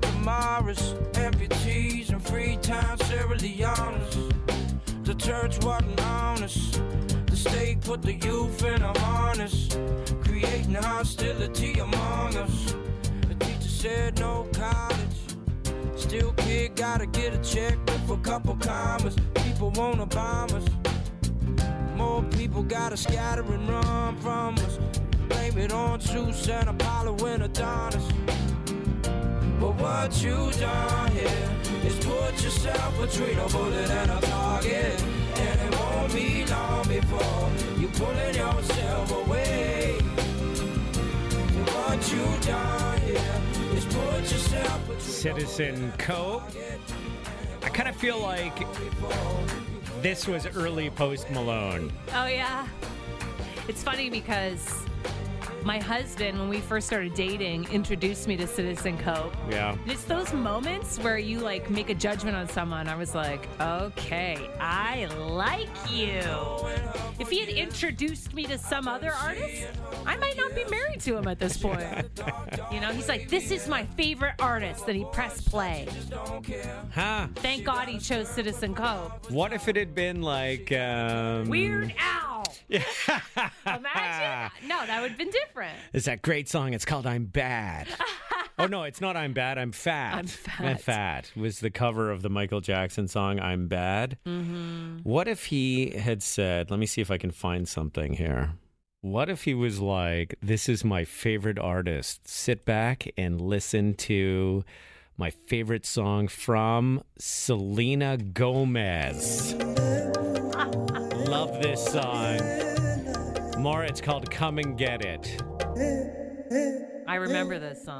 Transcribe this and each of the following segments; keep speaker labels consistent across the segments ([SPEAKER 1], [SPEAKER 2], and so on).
[SPEAKER 1] Damaris. Amputees and free time Sierra Leone's. The church wasn't honest. The state put the youth in a harness. Creating hostility among us. The teacher said no college. Still kid gotta get a check with a couple commas. People wanna bomb us. More people gotta scatter and run from us. Blame it on Zeus and Apollo and Adonis. But what you done here is put yourself between a bullet and a target. And it won't be long before you pulling yourself away. But what you done here is put yourself between
[SPEAKER 2] Citizen Cope. I kind of feel like this was early post Malone.
[SPEAKER 3] Oh yeah. It's funny because my husband, when we first started dating, introduced me to Citizen Cope.
[SPEAKER 2] Yeah.
[SPEAKER 3] And it's those moments where you like make a judgment on someone. I was like, okay, I like you. If he had introduced me to some other artist, I might not be married to him at this point. you know, he's like, this is my favorite artist. Then he pressed play.
[SPEAKER 2] Huh?
[SPEAKER 3] Thank God he chose Citizen Cope.
[SPEAKER 2] What if it had been like. Um,
[SPEAKER 3] Weird Al. Imagine? No, that would have been different.
[SPEAKER 2] It's that great song. It's called I'm Bad. oh, no, it's not I'm Bad. I'm Fat.
[SPEAKER 3] I'm Fat.
[SPEAKER 2] Fat was the cover of the Michael Jackson song I'm Bad.
[SPEAKER 3] Mm-hmm.
[SPEAKER 2] What if he had said, let me see if I can find something here. What if he was like, this is my favorite artist? Sit back and listen to my favorite song from Selena Gomez. Love this song. Mara, it's called Come and Get It.
[SPEAKER 3] I remember this song.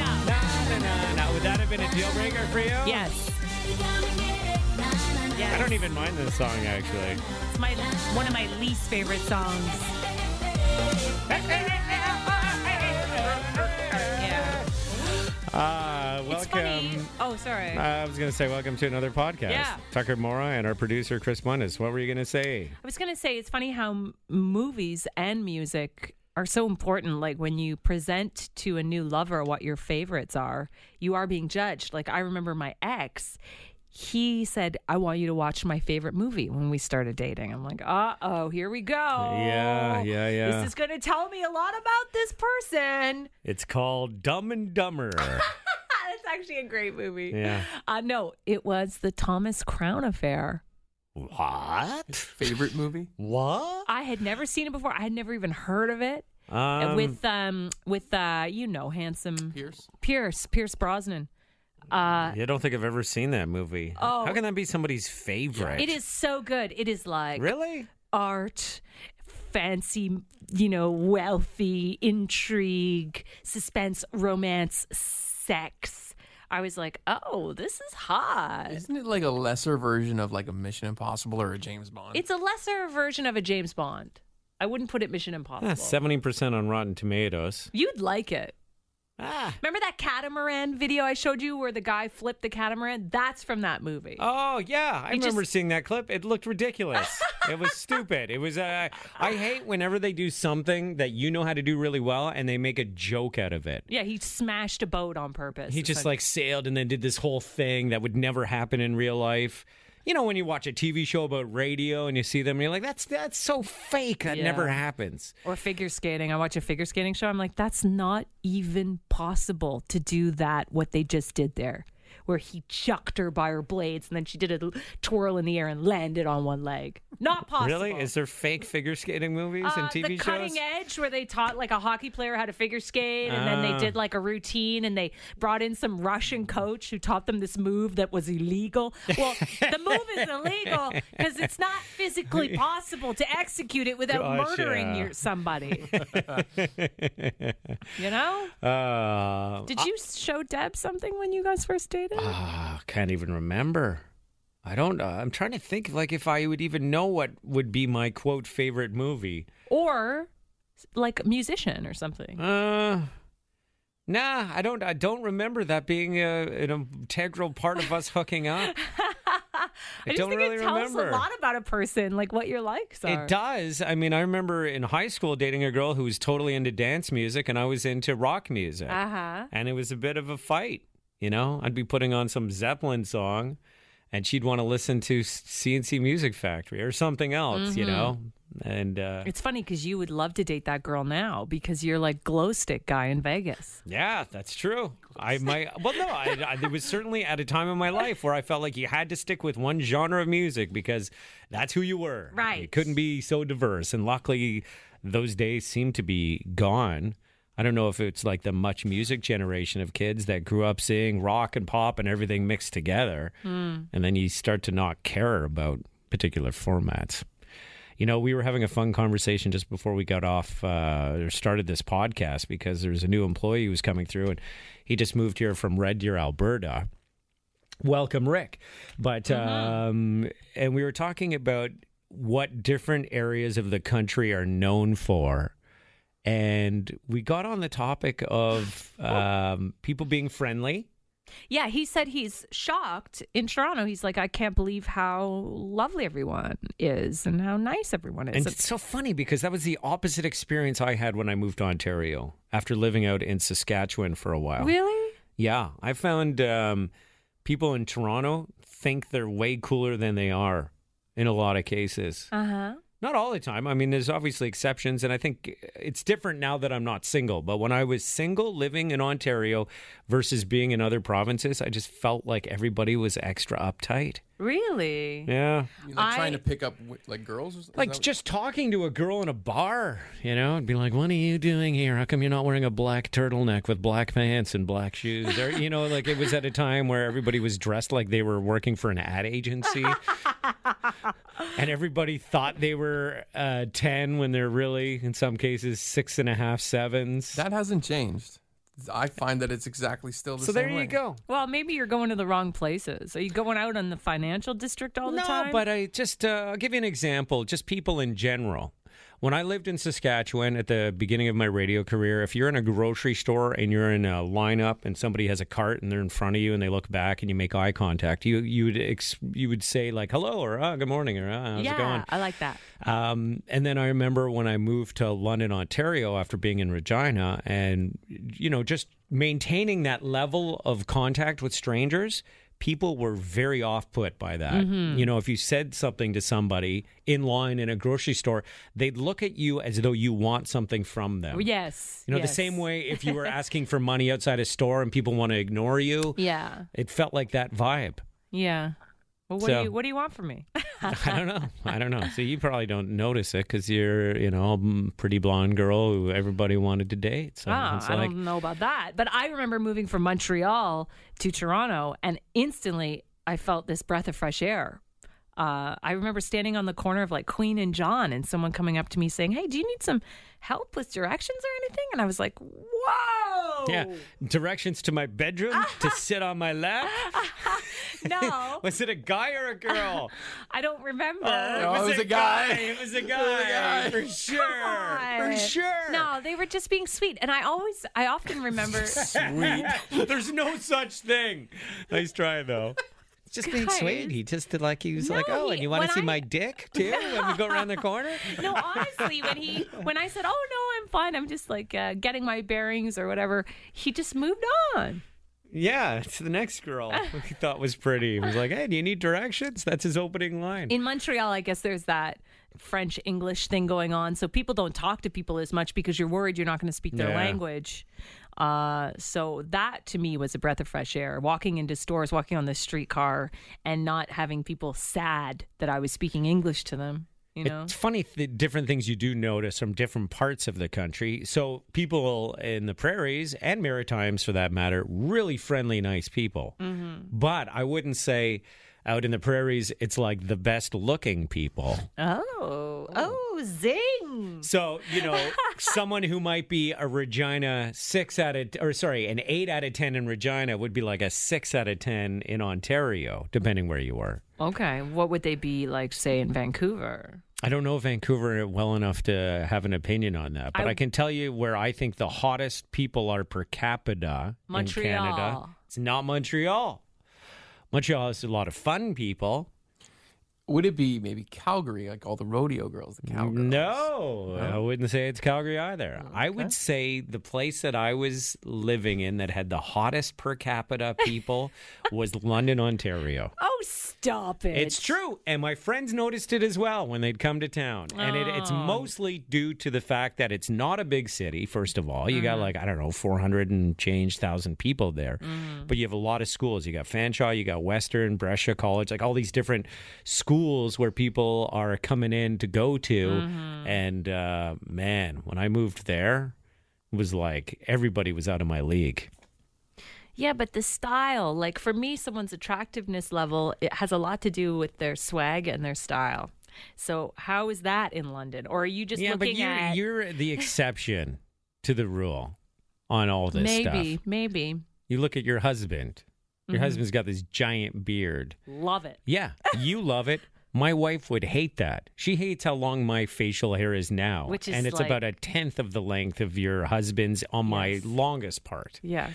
[SPEAKER 2] Now, would that have been a deal breaker for you?
[SPEAKER 3] Yes. Yes.
[SPEAKER 2] I don't even mind this song, actually.
[SPEAKER 3] It's my one of my least favorite songs. Yeah.
[SPEAKER 2] Uh,
[SPEAKER 3] It's funny.
[SPEAKER 2] welcome.
[SPEAKER 3] Oh, sorry. I
[SPEAKER 2] I was going to say, welcome to another podcast.
[SPEAKER 3] Yeah.
[SPEAKER 2] Tucker Mora and our producer, Chris Munnis. What were you going to say?
[SPEAKER 3] was gonna say it's funny how m- movies and music are so important. Like when you present to a new lover what your favorites are, you are being judged. Like I remember my ex. He said, "I want you to watch my favorite movie." When we started dating, I'm like, "Uh oh, here we go."
[SPEAKER 2] Yeah, yeah, yeah.
[SPEAKER 3] This is going to tell me a lot about this person.
[SPEAKER 2] It's called Dumb and Dumber.
[SPEAKER 3] That's actually a great movie.
[SPEAKER 2] Yeah.
[SPEAKER 3] Uh, no, it was the Thomas Crown Affair.
[SPEAKER 2] what?
[SPEAKER 4] favorite movie?
[SPEAKER 2] What?
[SPEAKER 3] I had never seen it before. I had never even heard of it.
[SPEAKER 2] Um,
[SPEAKER 3] Uh, with um, with uh, you know, handsome
[SPEAKER 4] Pierce.
[SPEAKER 3] Pierce, Pierce Brosnan. Uh,
[SPEAKER 2] I don't think I've ever seen that movie.
[SPEAKER 3] Oh.
[SPEAKER 2] How can that be somebody's favorite?
[SPEAKER 3] it is so good. It is like
[SPEAKER 2] Really?
[SPEAKER 3] art, fancy, you know, wealthy, intrigue, suspense, romance, sex. I was like, oh, this is hot.
[SPEAKER 4] Isn't it like a lesser version of like a Mission Impossible or a James Bond?
[SPEAKER 3] It's a lesser version of a James Bond. I wouldn't put it Mission Impossible.
[SPEAKER 2] Ah, 70% on Rotten Tomatoes.
[SPEAKER 3] You'd like it.
[SPEAKER 2] Ah.
[SPEAKER 3] Remember that catamaran video I showed you where the guy flipped the catamaran? That's from that movie.
[SPEAKER 2] Oh yeah, I
[SPEAKER 3] You
[SPEAKER 2] remember
[SPEAKER 3] just-
[SPEAKER 2] seeing that clip. It looked ridiculous. it was stupid. It was. Uh, I hate whenever they do something that you know how to do really well and they make a joke out of it.
[SPEAKER 3] Yeah, he smashed a boat on purpose.
[SPEAKER 2] He
[SPEAKER 3] It's
[SPEAKER 2] just like sailed and then did this whole thing that would never happen in real life. You know when you watch a TV show about radio and you see them and you're like, that's that's so fake. That
[SPEAKER 3] Yeah.
[SPEAKER 2] never happens.
[SPEAKER 3] or figure skating. I watch a figure skating show. I'm like, that's not even possible to do that, what they just did there. where he chucked her by her blades and then she did a l- twirl in the air and landed on one leg. Not possible.
[SPEAKER 2] Really? Is there fake figure skating movies
[SPEAKER 3] Uh,
[SPEAKER 2] and TV
[SPEAKER 3] the
[SPEAKER 2] shows?
[SPEAKER 3] cutting edge where they taught like a hockey player how to figure skate and then
[SPEAKER 2] Ah.
[SPEAKER 3] they did like a routine and they brought in some russian coach who taught them this move that was illegal well the move is illegal because it's not physically possible to execute it without
[SPEAKER 2] Gosh,
[SPEAKER 3] murdering
[SPEAKER 2] yeah.
[SPEAKER 3] your, somebody you know
[SPEAKER 2] Uh,
[SPEAKER 3] did you show deb something when you guys first dated
[SPEAKER 2] Ah, can't even remember. I don't. Uh, I'm trying to think, like, if I would even know what would be my quote favorite movie.
[SPEAKER 3] or like musician or something
[SPEAKER 2] Uh, nah, I don't. I don't remember that being a, an integral part of us hooking up.
[SPEAKER 3] I just
[SPEAKER 2] don't
[SPEAKER 3] think
[SPEAKER 2] really
[SPEAKER 3] it tells
[SPEAKER 2] remember.
[SPEAKER 3] a lot about a person, like what your likes are.
[SPEAKER 2] It does. I mean, I remember in high school dating a girl who was totally into dance music, and I was into rock music.
[SPEAKER 3] Uh huh.
[SPEAKER 2] and it was a bit of a fight. You know, I'd be putting on some Zeppelin song, and she'd want to listen to s- CNC Music Factory or something else. You know, and uh,
[SPEAKER 3] It's funny because you would love to date that girl now because you're like glow stick guy in Vegas.
[SPEAKER 2] yeah, that's true. I might. Well, no, I, I, it was certainly at a time in my life where I felt like you had to stick with one genre of music because that's who you were. You
[SPEAKER 3] Right.
[SPEAKER 2] couldn't be so diverse, and luckily, those days seem to be gone. I don't know if it's like the much music generation of kids that grew up seeing rock and pop and everything mixed together. and then you start to not care about particular formats. You know, we were having a fun conversation just before we got off uh, or started this podcast because there's a new employee who's coming through and he just moved here from Red Deer, Alberta. Welcome, Rick. But, um, and we were talking about what different areas of the country are known for. And we got on the topic of um, people being friendly.
[SPEAKER 3] Yeah, he said he's shocked in Toronto. He's like, I can't believe how lovely everyone is and how nice everyone is.
[SPEAKER 2] And it's so funny because that was the opposite experience I had when I moved to Ontario after living out in Saskatchewan for a while.
[SPEAKER 3] really?
[SPEAKER 2] Yeah, I found um, people in Toronto think they're way cooler than they are in a lot of cases.
[SPEAKER 3] Uh huh.
[SPEAKER 2] Not all the time. I mean, there's obviously exceptions, and I think it's different now that I'm not single. But when I was single living in Ontario versus being in other provinces, I just felt like everybody was extra uptight.
[SPEAKER 3] Really?
[SPEAKER 2] Yeah.
[SPEAKER 4] You're, like trying
[SPEAKER 3] I-
[SPEAKER 4] to pick up wi- like girls, Is that
[SPEAKER 2] Like
[SPEAKER 4] what-
[SPEAKER 2] just talking to a girl in a bar, you know, and be like, "What are you doing here? How come you're not wearing a black turtleneck with black pants and black shoes?" Or, you know, like it was at a time where everybody was dressed like they were working for an ad agency, and everybody thought they were uh, ten when they're really, in some cases, six and a half, sevens.
[SPEAKER 4] that hasn't changed. I find that it's exactly still the
[SPEAKER 2] so
[SPEAKER 4] same.
[SPEAKER 2] there you
[SPEAKER 4] way.
[SPEAKER 2] go.
[SPEAKER 3] Well, maybe you're going to the wrong places. Are you going out in the financial district all the
[SPEAKER 2] no,
[SPEAKER 3] time?
[SPEAKER 2] but I just uh, I'll give you an example. Just people in general. When I lived in Saskatchewan at the beginning of my radio career, if you're in a grocery store and you're in a lineup and somebody has a cart and they're in front of you and they look back and you make eye contact, you you would ex- you would say like hello or oh, good morning or oh, how's
[SPEAKER 3] yeah,
[SPEAKER 2] it going?
[SPEAKER 3] I like that.
[SPEAKER 2] Um, and then I remember when I moved to London, Ontario, after being in Regina, and you know, just maintaining that level of contact with strangers. People were very off put by that.
[SPEAKER 3] Mm-hmm.
[SPEAKER 2] You know, if you said something to somebody in line in a grocery store, they'd look at you as though you want something from them.
[SPEAKER 3] Yes.
[SPEAKER 2] You know, the
[SPEAKER 3] yes.
[SPEAKER 2] same way if you were asking for money outside a store and people want to ignore you,
[SPEAKER 3] Yeah.
[SPEAKER 2] it felt like that vibe.
[SPEAKER 3] Yeah. Well, what
[SPEAKER 2] So-
[SPEAKER 3] do you what do you want from me?
[SPEAKER 2] I don't know. I don't know. So you probably don't notice it because you're, you know, a pretty blonde girl who everybody wanted to date. So
[SPEAKER 3] Ah,
[SPEAKER 2] it's
[SPEAKER 3] I
[SPEAKER 2] like,
[SPEAKER 3] don't know about that. But I remember moving from Montreal to Toronto, and instantly I felt this breath of fresh air. Uh, I remember standing on the corner of like Queen and John, and someone coming up to me saying, "Hey, do you need some help with directions or anything?" And I was like, "Whoa,
[SPEAKER 2] yeah, directions to my bedroom to sit on my lap.
[SPEAKER 3] no,
[SPEAKER 2] Was it a guy or a girl?
[SPEAKER 3] I don't remember."
[SPEAKER 2] Oh,
[SPEAKER 4] no, it was a guy.
[SPEAKER 2] It was a guy.
[SPEAKER 4] guy.
[SPEAKER 2] For sure. For sure.
[SPEAKER 3] No, they were just being sweet, and I always, I often remember.
[SPEAKER 4] Sweet.
[SPEAKER 2] There's no such thing. Nice try, though. Just being
[SPEAKER 3] Guys.
[SPEAKER 2] sweet. He just did like he was
[SPEAKER 3] No,
[SPEAKER 2] like, oh, and
[SPEAKER 3] he-
[SPEAKER 2] you want
[SPEAKER 3] when
[SPEAKER 2] to see
[SPEAKER 3] I-
[SPEAKER 2] my dick too when we go around the corner?
[SPEAKER 3] no, honestly, when he when I said, "Oh no, I'm fine. I'm just like uh, getting my bearings or whatever," he just moved on.
[SPEAKER 2] Yeah, it's the next girl who he thought was pretty. He was like, hey, do you need directions? That's his opening line.
[SPEAKER 3] In Montreal, I guess there's that French English thing going on, so people don't talk to people as much because you're worried you're not going to speak their
[SPEAKER 2] Yeah.
[SPEAKER 3] language. Uh, so that to me was a breath of fresh air. Walking into stores, walking on the streetcar, and not having people sad that I was speaking English to them. You know,
[SPEAKER 2] It's funny th- different things you do notice from different parts of the country. So people in the prairies and Maritimes, for that matter, really friendly, nice people. But I wouldn't say out in the prairies it's like the best looking people.
[SPEAKER 3] oh, oh, zing.
[SPEAKER 2] So you know, someone who might be a Regina six out of or sorry, an eight out of ten in Regina would be like a six out of ten in Ontario, depending where you were.
[SPEAKER 3] Okay, what would they be like, say, in Vancouver?
[SPEAKER 2] I don't know Vancouver well enough to have an opinion on that, but I,
[SPEAKER 3] I-
[SPEAKER 2] can tell you where I think the hottest people are per capita in Canada.
[SPEAKER 3] Montreal.
[SPEAKER 2] It's not Montreal. Montreal has a lot of fun people.
[SPEAKER 4] Would it be maybe Calgary, like all the rodeo girls, the cowgirls?
[SPEAKER 2] No, I wouldn't say it's Calgary either. I would say the place that I was living in that had the hottest per capita people was London, Ontario.
[SPEAKER 3] Oh, stop it!
[SPEAKER 2] It's true. And my friends noticed it as well when they'd come to town. And it,
[SPEAKER 3] Oh.
[SPEAKER 2] it's mostly due to the fact that it's not a big city, first of all. You
[SPEAKER 3] Mm-hmm.
[SPEAKER 2] got like, I don't know, 400 and change thousand people there.
[SPEAKER 3] Mm-hmm.
[SPEAKER 2] But you have a lot of schools. You got Fanshawe, you got Western, Brescia College, like all these different schools where people are coming in to go to.
[SPEAKER 3] Mm-hmm.
[SPEAKER 2] And uh, man, when I moved there, it was like everybody was out of my league.
[SPEAKER 3] Yeah, but the style, like for me, someone's attractiveness level, it has a lot to do with their swag and their style. So how is that in London? Or are you just
[SPEAKER 2] yeah,
[SPEAKER 3] looking
[SPEAKER 2] but you're,
[SPEAKER 3] at
[SPEAKER 2] you're the exception to the rule on all this stuff.
[SPEAKER 3] maybe, maybe
[SPEAKER 2] You look at your husband. Your
[SPEAKER 3] Mm-hmm.
[SPEAKER 2] husband's got this giant beard.
[SPEAKER 3] love it?
[SPEAKER 2] Yeah, you love it. My wife would hate that. She hates how long my facial hair is now,
[SPEAKER 3] Which is
[SPEAKER 2] and it's about a
[SPEAKER 3] like-
[SPEAKER 2] tenth of the length of your husband's on my
[SPEAKER 3] Yes.
[SPEAKER 2] longest part.
[SPEAKER 3] Yes,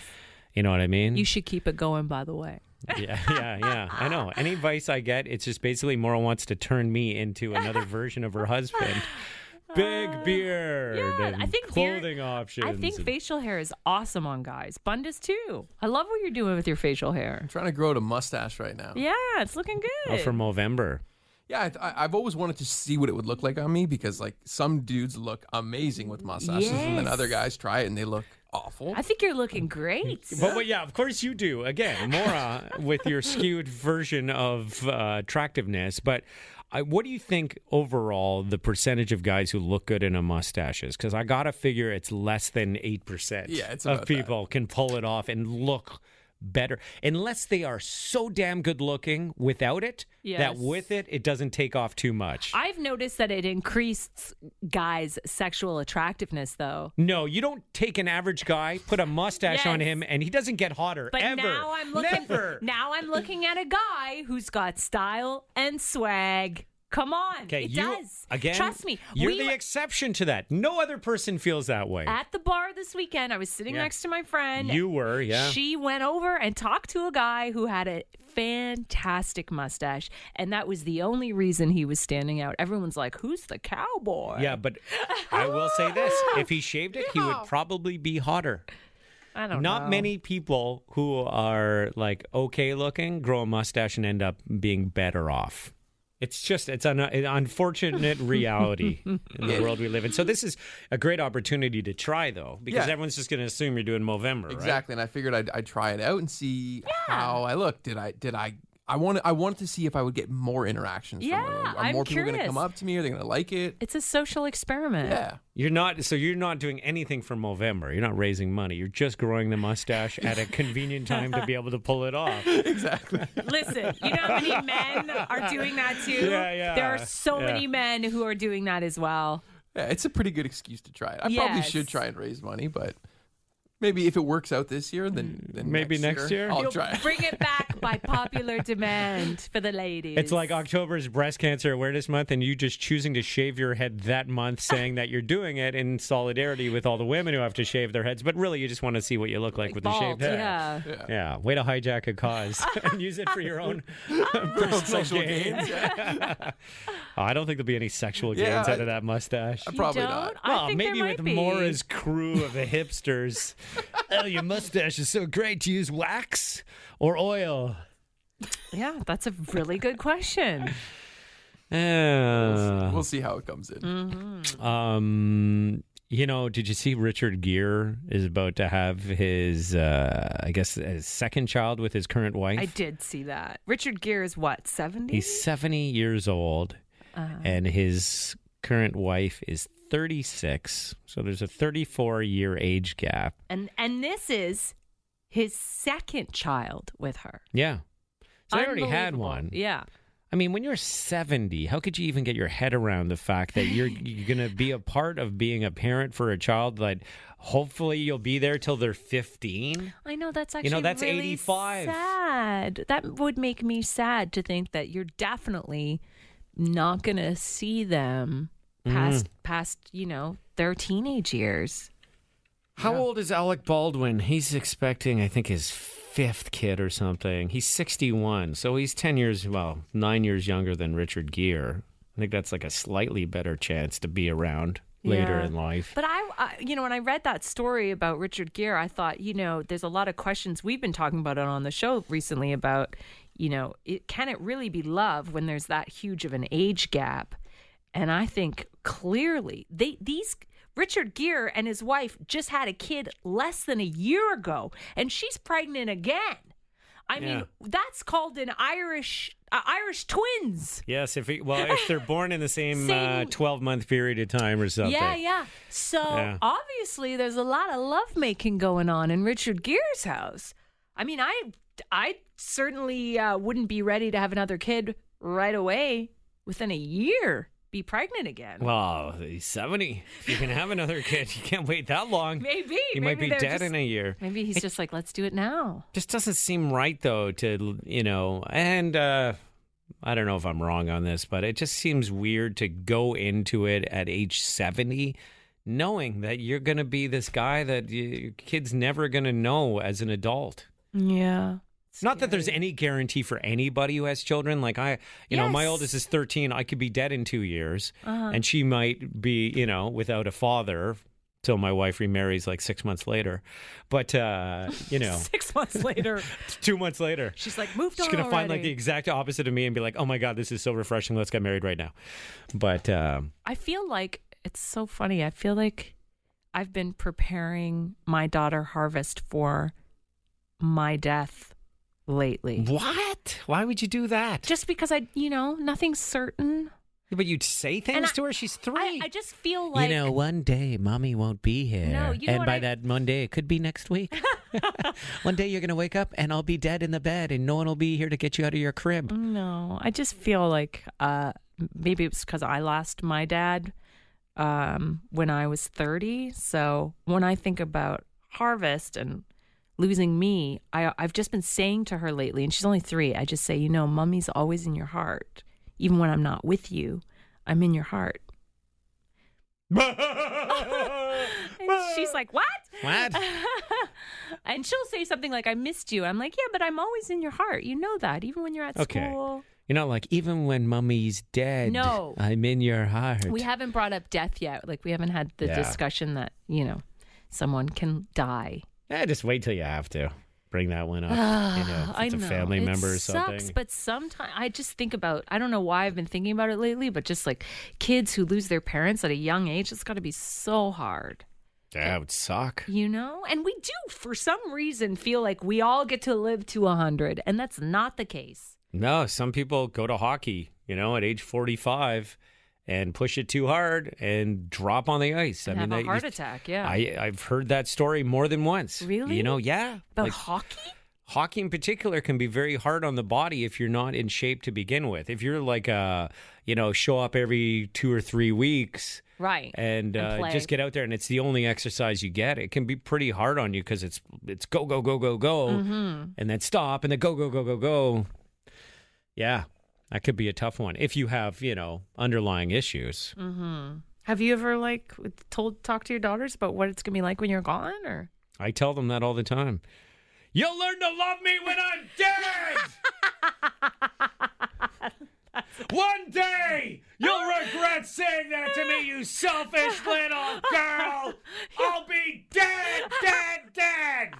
[SPEAKER 2] You know what I mean?
[SPEAKER 3] you should keep it going. By the way,
[SPEAKER 2] yeah, yeah, yeah. I know. Any advice I get, it's just basically Maura wants to turn me into another version of her husband. Big beard.
[SPEAKER 3] Uh, yeah,
[SPEAKER 2] and
[SPEAKER 3] I think beard-
[SPEAKER 2] clothing options.
[SPEAKER 3] I think
[SPEAKER 2] and-
[SPEAKER 3] facial hair is awesome on guys. Bundas too. I love what you're doing with your facial hair.
[SPEAKER 4] I'm trying to grow a mustache right now.
[SPEAKER 3] Yeah, it's looking
[SPEAKER 2] Oh,
[SPEAKER 3] good.
[SPEAKER 2] for Movember.
[SPEAKER 4] Yeah, I, I, I've always wanted to see what it would look like on me because like some dudes look amazing with mustaches, and then
[SPEAKER 3] Yes.
[SPEAKER 4] other guys try it and they look awful.
[SPEAKER 3] I think you're looking great.
[SPEAKER 2] But well, yeah, of course you do. Again, Mora with your skewed version of uh, attractiveness. But I, what do you think overall the percentage of guys who look good in a mustache is? Because I gotta figure it's less than eight percent.
[SPEAKER 4] Yeah, it's about
[SPEAKER 2] of
[SPEAKER 4] that.
[SPEAKER 2] people can pull it off and look better, unless they are so damn good looking without it that
[SPEAKER 3] Yes.
[SPEAKER 2] with it it doesn't take off too much.
[SPEAKER 3] I've noticed that it increased guys' sexual attractiveness, though.
[SPEAKER 2] No, you don't take an average guy, put a mustache on
[SPEAKER 3] Yes.
[SPEAKER 2] him, and he doesn't get hotter
[SPEAKER 3] But
[SPEAKER 2] ever.
[SPEAKER 3] now I'm looking.
[SPEAKER 2] Never.
[SPEAKER 3] Now I'm looking at a guy who's got style and swag. Come on,
[SPEAKER 2] Okay,
[SPEAKER 3] it
[SPEAKER 2] you
[SPEAKER 3] does.
[SPEAKER 2] again.
[SPEAKER 3] trust me.
[SPEAKER 2] You're
[SPEAKER 3] we
[SPEAKER 2] the
[SPEAKER 3] were
[SPEAKER 2] exception to that. No other person feels that way.
[SPEAKER 3] at the bar this weekend. I was sitting
[SPEAKER 2] Yeah.
[SPEAKER 3] next to my friend.
[SPEAKER 2] you were, yeah.
[SPEAKER 3] She went over and talked to a guy who had a fantastic mustache, and that was the only reason he was standing out. Everyone's like, "Who's the cowboy?"
[SPEAKER 2] yeah, but I will say this: if he shaved it, he would probably be hotter.
[SPEAKER 3] I don't know.
[SPEAKER 2] Not many people who are like okay looking grow a mustache and end up being better off. It's just it's an, an unfortunate reality in the world we live in. So this is a great opportunity to try though, because
[SPEAKER 4] Yeah.
[SPEAKER 2] everyone's just going to assume you're doing Movember, right?
[SPEAKER 4] exactly, and I figured I'd, I'd try it out and see how I look. Did I? Did I? I wanted I wanted to see if I would get more interactions.
[SPEAKER 3] Yeah,
[SPEAKER 4] from women. Are
[SPEAKER 3] I'm
[SPEAKER 4] more people going to
[SPEAKER 3] curious.
[SPEAKER 4] come up to me? Are they going to like it?
[SPEAKER 3] It's a social experiment.
[SPEAKER 4] Yeah.
[SPEAKER 2] You're not so you're not doing anything for Movember. You're not raising money. You're just growing the mustache at a convenient time to be able to pull it off.
[SPEAKER 3] Listen, you know how many men are doing that too?
[SPEAKER 2] Yeah, yeah,
[SPEAKER 3] There are so
[SPEAKER 2] yeah.
[SPEAKER 3] many men who are doing that as well.
[SPEAKER 4] Yeah, it's a pretty good excuse to try it. I probably should
[SPEAKER 3] Yes.
[SPEAKER 4] try and raise money, but maybe if it works out this year, then, then
[SPEAKER 2] Maybe next year?
[SPEAKER 4] I'll
[SPEAKER 3] Mm, You'll
[SPEAKER 4] try. it.
[SPEAKER 3] Bring it back by popular demand for the ladies.
[SPEAKER 2] It's like October's breast cancer awareness month and you just choosing to shave your head that month saying that you're doing it in solidarity with all the women who have to shave their heads, but really you just want to see what you look like, with the
[SPEAKER 3] bald.
[SPEAKER 2] shaved head.
[SPEAKER 3] Yeah.
[SPEAKER 2] Yeah, way to hijack a cause and use it for your own personal
[SPEAKER 4] Sexual
[SPEAKER 2] gain. Oh,
[SPEAKER 4] gains, yeah.
[SPEAKER 2] I don't think there'll be any sexual gains
[SPEAKER 4] Yeah,
[SPEAKER 2] out
[SPEAKER 4] I-
[SPEAKER 2] of that mustache.
[SPEAKER 3] You
[SPEAKER 4] Probably
[SPEAKER 3] don't?
[SPEAKER 4] not.
[SPEAKER 3] I
[SPEAKER 2] Well,
[SPEAKER 3] think
[SPEAKER 2] maybe
[SPEAKER 3] there
[SPEAKER 2] with
[SPEAKER 3] might be.
[SPEAKER 2] Mora's crew of the hipsters. oh, your mustache is so great. Do you use wax or oil?
[SPEAKER 3] Yeah, that's a really good question.
[SPEAKER 2] Uh.
[SPEAKER 3] Oh.
[SPEAKER 4] We'll see how it comes in.
[SPEAKER 2] um, You know, did you see Richard Gere is about to have his, uh, I guess, his second child with his current wife?
[SPEAKER 3] I did see that. Richard Gere is what, 70?
[SPEAKER 2] He's 70 years old,
[SPEAKER 3] Uh-huh.
[SPEAKER 2] and his current wife is 36. So there's a 34 year age gap.
[SPEAKER 3] and and this is his second child with her.
[SPEAKER 2] Yeah. So they already had
[SPEAKER 3] Unbelievable.
[SPEAKER 2] one.
[SPEAKER 3] Yeah.
[SPEAKER 2] I mean, when you're 70, how could you even get your head around the fact that you're, you're going to be a part of being a parent for a child that hopefully you'll be there till they're 15?
[SPEAKER 3] I know that's
[SPEAKER 2] You
[SPEAKER 3] actually
[SPEAKER 2] know, that's
[SPEAKER 3] really
[SPEAKER 2] 85.
[SPEAKER 3] sad. That would make me sad to think that you're definitely not going to see them
[SPEAKER 2] Mm.
[SPEAKER 3] past past, you know, their teenage years.
[SPEAKER 2] How old is Alec Baldwin? He's expecting, I think, his fifth kid or something. He's 61. So he's 10 years, well, nine years younger than Richard Gere. I think that's like a slightly better chance to be around later
[SPEAKER 3] Yeah.
[SPEAKER 2] in life.
[SPEAKER 3] But I, I, you know, when I read that story about Richard Gere, I thought, you know, there's a lot of questions we've been talking about it on the show recently about, you know, it, can it really be love when there's that huge of an age gap? And I think clearly they these Richard Gere and his wife just had a kid less than a year ago, and she's pregnant again.
[SPEAKER 2] Yeah.
[SPEAKER 3] I mean, that's called an Irish uh, Irish twins.
[SPEAKER 2] Yes, if he, well, if they're born in the same
[SPEAKER 3] Same-
[SPEAKER 2] 12 month period of time or something.
[SPEAKER 3] Yeah, yeah. So
[SPEAKER 2] Yeah.
[SPEAKER 3] obviously, there's a lot of lovemaking going on in Richard Gere's house. I mean, I, I certainly uh, wouldn't be ready to have another kid right away. Within a year, be pregnant again.
[SPEAKER 2] Well, he's 70. If you can have another kid, you can't wait that long.
[SPEAKER 3] maybe
[SPEAKER 2] He might
[SPEAKER 3] maybe
[SPEAKER 2] be
[SPEAKER 3] they're
[SPEAKER 2] dead
[SPEAKER 3] just-
[SPEAKER 2] in a year.
[SPEAKER 3] Maybe he's just like, let's do it now.
[SPEAKER 2] Just doesn't seem right, though, to, you know, and uh, I don't know if I'm wrong on this, but it just seems weird to go into it at age 70 knowing that you're going to be this guy that y your kid's never going to know as an adult.
[SPEAKER 3] Yeah.
[SPEAKER 2] Not that there's any guarantee for anybody who has children. Like I, you know, my
[SPEAKER 3] Yes. Uh-huh.
[SPEAKER 2] oldest is 13. I could be dead in two years, and she might be, you know, without a father till my wife remarries like six months later. But uh, you know,
[SPEAKER 3] Six months later,
[SPEAKER 2] two months later,
[SPEAKER 3] she's like, moved
[SPEAKER 2] she's
[SPEAKER 3] on.
[SPEAKER 2] gonna find like the
[SPEAKER 3] already.
[SPEAKER 2] exact opposite of me and be like, "Oh my god, this is so refreshing. Let's get married right now." But um,
[SPEAKER 3] I feel like it's so funny. I feel like I've been preparing my daughter Harvest for my death lately.
[SPEAKER 2] what? Why would you do that?
[SPEAKER 3] Just because I, you know, nothing's certain.
[SPEAKER 2] but you'd say
[SPEAKER 3] And
[SPEAKER 2] things
[SPEAKER 3] I-
[SPEAKER 2] to her. She's three.
[SPEAKER 3] I, I just feel like
[SPEAKER 2] you know, one day mommy won't be here.
[SPEAKER 3] No, you know
[SPEAKER 2] and
[SPEAKER 3] what
[SPEAKER 2] by
[SPEAKER 3] I-
[SPEAKER 2] that one day, it could be next week. one day you're going to wake up and I'll be dead in the bed and no one will be here to get you out of your crib.
[SPEAKER 3] No, I just feel like uh, maybe it's because I lost my dad um, when I was 30. So when I think about harvest and losing me, I, I've just been saying to her lately, and she's only three, I just say, you know, mummy's always in your heart. Even when I'm not with you, I'm in your heart. And she's like, what?
[SPEAKER 2] What?
[SPEAKER 3] And she'll say something like, I missed you. I'm like, yeah, but I'm always in your heart. You know that, even when you're at
[SPEAKER 2] Okay.
[SPEAKER 3] school.
[SPEAKER 2] You're not like, even when mummy's dead,
[SPEAKER 3] No.
[SPEAKER 2] I'm in your heart.
[SPEAKER 3] We haven't brought up death yet. Like we haven't had the
[SPEAKER 2] Yeah.
[SPEAKER 3] discussion that you know someone can die.
[SPEAKER 2] Eh, just wait till you have to. Bring that one up. you know, if
[SPEAKER 3] I
[SPEAKER 2] it's
[SPEAKER 3] know
[SPEAKER 2] a family
[SPEAKER 3] it
[SPEAKER 2] member or something.
[SPEAKER 3] sucks, but sometimes I just think about. I don't know why I've been thinking about it lately, but just like kids who lose their parents at a young age, it's got to be so hard,
[SPEAKER 2] that would suck.
[SPEAKER 3] you know. And we do, for some reason, feel like we all get to live to hundred, and that's not the case.
[SPEAKER 2] No, some people go to hockey, you know, at age 45 and push it too hard and drop on the ice.
[SPEAKER 3] And
[SPEAKER 2] I mean,
[SPEAKER 3] have
[SPEAKER 2] they-
[SPEAKER 3] a heart attack, yeah.
[SPEAKER 2] I, I've heard that story more than once.
[SPEAKER 3] Really?
[SPEAKER 2] You know, yeah.
[SPEAKER 3] but
[SPEAKER 2] Like,
[SPEAKER 3] hockey,
[SPEAKER 2] hockey in particular can be very hard on the body if you're not in shape to begin with. If you're like, uh, you know, show up every two or three weeks
[SPEAKER 3] right?
[SPEAKER 2] and, uh,
[SPEAKER 3] play.
[SPEAKER 2] just get out there and it's the only exercise you get, it can be pretty hard on you because it's, it's go, go, go, go, go, and then stop and then go, go, go, go, go. Yeah. That could be a tough one if you have, you know, underlying issues.
[SPEAKER 3] Have you ever like told talk to your daughters about what it's gonna be like when you're gone, or?
[SPEAKER 2] I tell them that all the time. You'll learn to love me when I'm dead. One day you'll regret saying that to me, you selfish little girl. I'll be dead, dead, dead.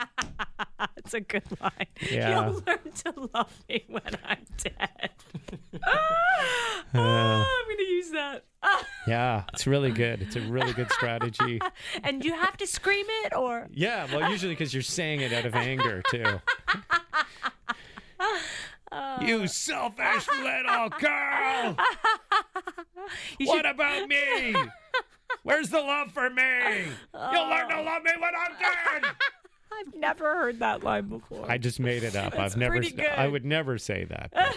[SPEAKER 3] That's a good line.
[SPEAKER 2] Yeah.
[SPEAKER 3] You'll learn to love me when I'm dead. Ah, I'm going to use that. Ah,
[SPEAKER 2] Yeah. It's really good. It's a really good strategy.
[SPEAKER 3] and you have to scream it or
[SPEAKER 2] Yeah, well, usually because you're saying it out of anger too. you selfish little girl!
[SPEAKER 3] you
[SPEAKER 2] What
[SPEAKER 3] should-
[SPEAKER 2] about me? Where's the love for me? You'll learn to love me when I'm dead.
[SPEAKER 3] I've never heard that line before.
[SPEAKER 2] I just made it up. I've never.
[SPEAKER 3] pretty good.
[SPEAKER 2] I would never say that. but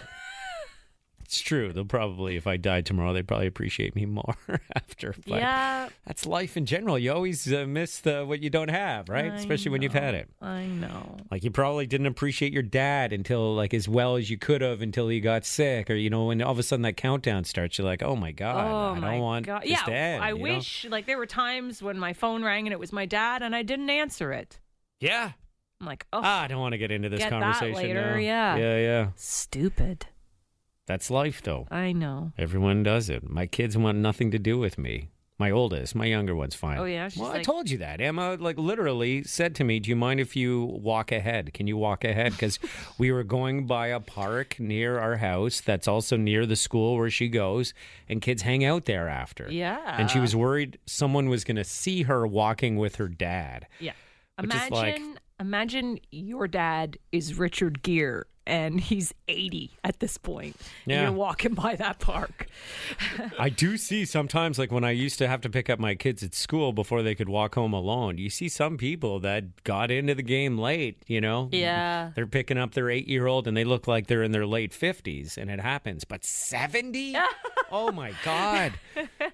[SPEAKER 2] it's true. They'll probably, if I died tomorrow, they'd probably appreciate me more after. But
[SPEAKER 3] yeah,
[SPEAKER 2] that's life in general. You always uh, miss the what you don't have, right?
[SPEAKER 3] I
[SPEAKER 2] Especially when you've had it.
[SPEAKER 3] I know.
[SPEAKER 2] Like you probably didn't appreciate your dad until like as well as you could have until he got sick, or you know, when all of a sudden that countdown starts, you're like, oh my god,
[SPEAKER 3] oh
[SPEAKER 2] I don't
[SPEAKER 3] my
[SPEAKER 2] want
[SPEAKER 3] god!
[SPEAKER 2] this
[SPEAKER 3] yeah,
[SPEAKER 2] to end,
[SPEAKER 3] I
[SPEAKER 2] you know?
[SPEAKER 3] wish. Like there were times when my phone rang and it was my dad, and I didn't answer it.
[SPEAKER 2] Yeah,
[SPEAKER 3] I'm like, oh,
[SPEAKER 2] ah, I don't want to get into this
[SPEAKER 3] Get that
[SPEAKER 2] conversation
[SPEAKER 3] later,
[SPEAKER 2] now.
[SPEAKER 3] yeah.
[SPEAKER 2] yeah, yeah.
[SPEAKER 3] stupid.
[SPEAKER 2] That's life, though.
[SPEAKER 3] I know.
[SPEAKER 2] Everyone does it. My kids want nothing to do with me. My oldest, my younger one's fine.
[SPEAKER 3] Oh, yeah? She's
[SPEAKER 2] well, I
[SPEAKER 3] like-
[SPEAKER 2] told you that Emma. Like literally said to me, "Do you mind if you walk ahead? Can you walk ahead?" Because we were going by a park near our house that's also near the school where she goes, and kids hang out there after.
[SPEAKER 3] Yeah.
[SPEAKER 2] And she was worried someone was going to see her walking with her dad.
[SPEAKER 3] Yeah.
[SPEAKER 2] Which is like-
[SPEAKER 3] Imagine, imagine your dad is Richard Gere and he's 80 at this point.
[SPEAKER 2] Yeah.
[SPEAKER 3] And you're walking by that park.
[SPEAKER 2] I do see sometimes, like when I used to have to pick up my kids at school before they could walk home alone, you see some people that got into the game late, you know?
[SPEAKER 3] Yeah.
[SPEAKER 2] They're picking up their eight year old and they look like they're in their late 50s, and it happens. But 70? oh my God.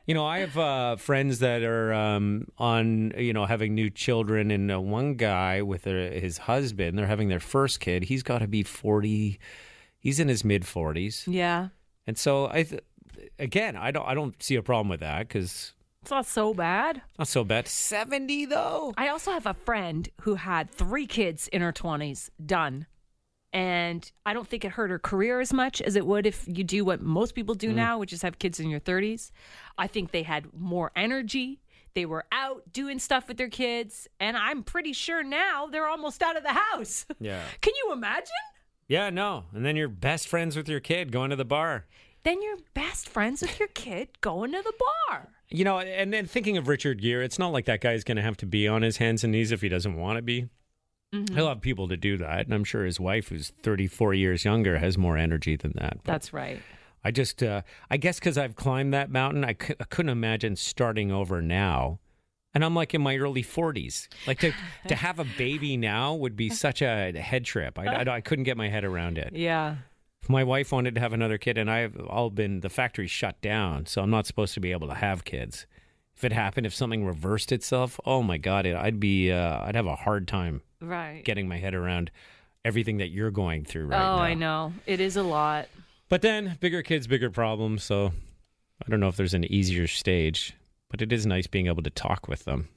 [SPEAKER 2] You know, I have uh, friends that are um, on, you know, having new children, and uh, one guy with uh, his husband, they're having their first kid. He's got to be 40, he's in his mid 40s.
[SPEAKER 3] Yeah.
[SPEAKER 2] And so I, th- again, I don't, I don't see a problem with that because
[SPEAKER 3] It's not so bad.
[SPEAKER 2] not so bad. Seventy though.
[SPEAKER 3] I also have a friend who had three kids in her 20s, done. And I don't think it hurt her career as much as it would if you do what most people
[SPEAKER 2] Mm.
[SPEAKER 3] do now, which is have kids in your 30s. I think they had more energy. They were out doing stuff with their kids. And I'm pretty sure now they're almost out of the house.
[SPEAKER 2] Yeah.
[SPEAKER 3] Can you imagine?
[SPEAKER 2] Yeah, no. And then you're best friends with your kid going to the bar.
[SPEAKER 3] Then you're best friends with your kid going to the bar.
[SPEAKER 2] You know, and then thinking of Richard Gere, it's not like that guy's going to have to be on his hands and knees if he doesn't want to be. He'll have people to do that, and I'm sure his wife, who's 34 years younger, has more energy than that. But
[SPEAKER 3] That's right.
[SPEAKER 2] I just, uh, I guess, because I've climbed that mountain, I c- I couldn't imagine starting over now. And I'm like in my early 40s. Like to to have a baby now would be such a head trip. I, I, I couldn't get my head around it.
[SPEAKER 3] Yeah.
[SPEAKER 2] If my wife wanted to have another kid, and I've all been the factory's shut down, so I'm not supposed to be able to have kids. If it happened, if something reversed itself, oh my god, it, I'd be, uh, I'd have a hard time
[SPEAKER 3] Right.
[SPEAKER 2] getting my head around everything that you're going through
[SPEAKER 3] oh,
[SPEAKER 2] right now.
[SPEAKER 3] I know. It is a lot.
[SPEAKER 2] But then bigger kids, bigger problems. So I don't know if there's an easier stage, but it is nice being able to talk with them.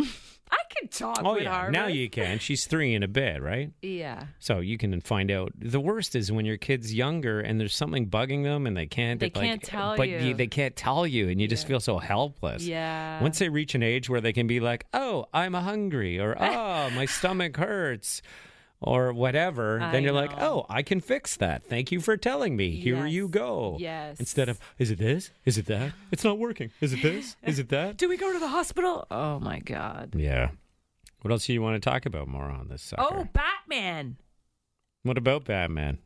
[SPEAKER 3] I can talk
[SPEAKER 2] oh
[SPEAKER 3] with
[SPEAKER 2] yeah,
[SPEAKER 3] Harvard.
[SPEAKER 2] now you can. She's three in a bit, right?
[SPEAKER 3] Yeah.
[SPEAKER 2] So you can find out. The worst is when your kid's younger and there's something bugging them and they can't.
[SPEAKER 3] They
[SPEAKER 2] it, like-
[SPEAKER 3] can't tell
[SPEAKER 2] but
[SPEAKER 3] you.
[SPEAKER 2] They can't tell you, and you just feel so helpless.
[SPEAKER 3] Yeah.
[SPEAKER 2] Once they reach an age where they can be like, "Oh, I'm hungry," or "Oh, my stomach hurts." Or whatever,
[SPEAKER 3] I
[SPEAKER 2] then you're like,
[SPEAKER 3] know.
[SPEAKER 2] oh, I can fix that. Thank you for telling me. Here
[SPEAKER 3] Yes.
[SPEAKER 2] you go.
[SPEAKER 3] Yes.
[SPEAKER 2] Instead of, is it this? Is it that? It's not working. Is it this? Is it that?
[SPEAKER 3] Do we go to the hospital? Oh my god.
[SPEAKER 2] yeah. What else do you want to talk about more on this sucker?
[SPEAKER 3] Oh, Batman.
[SPEAKER 2] What about Batman?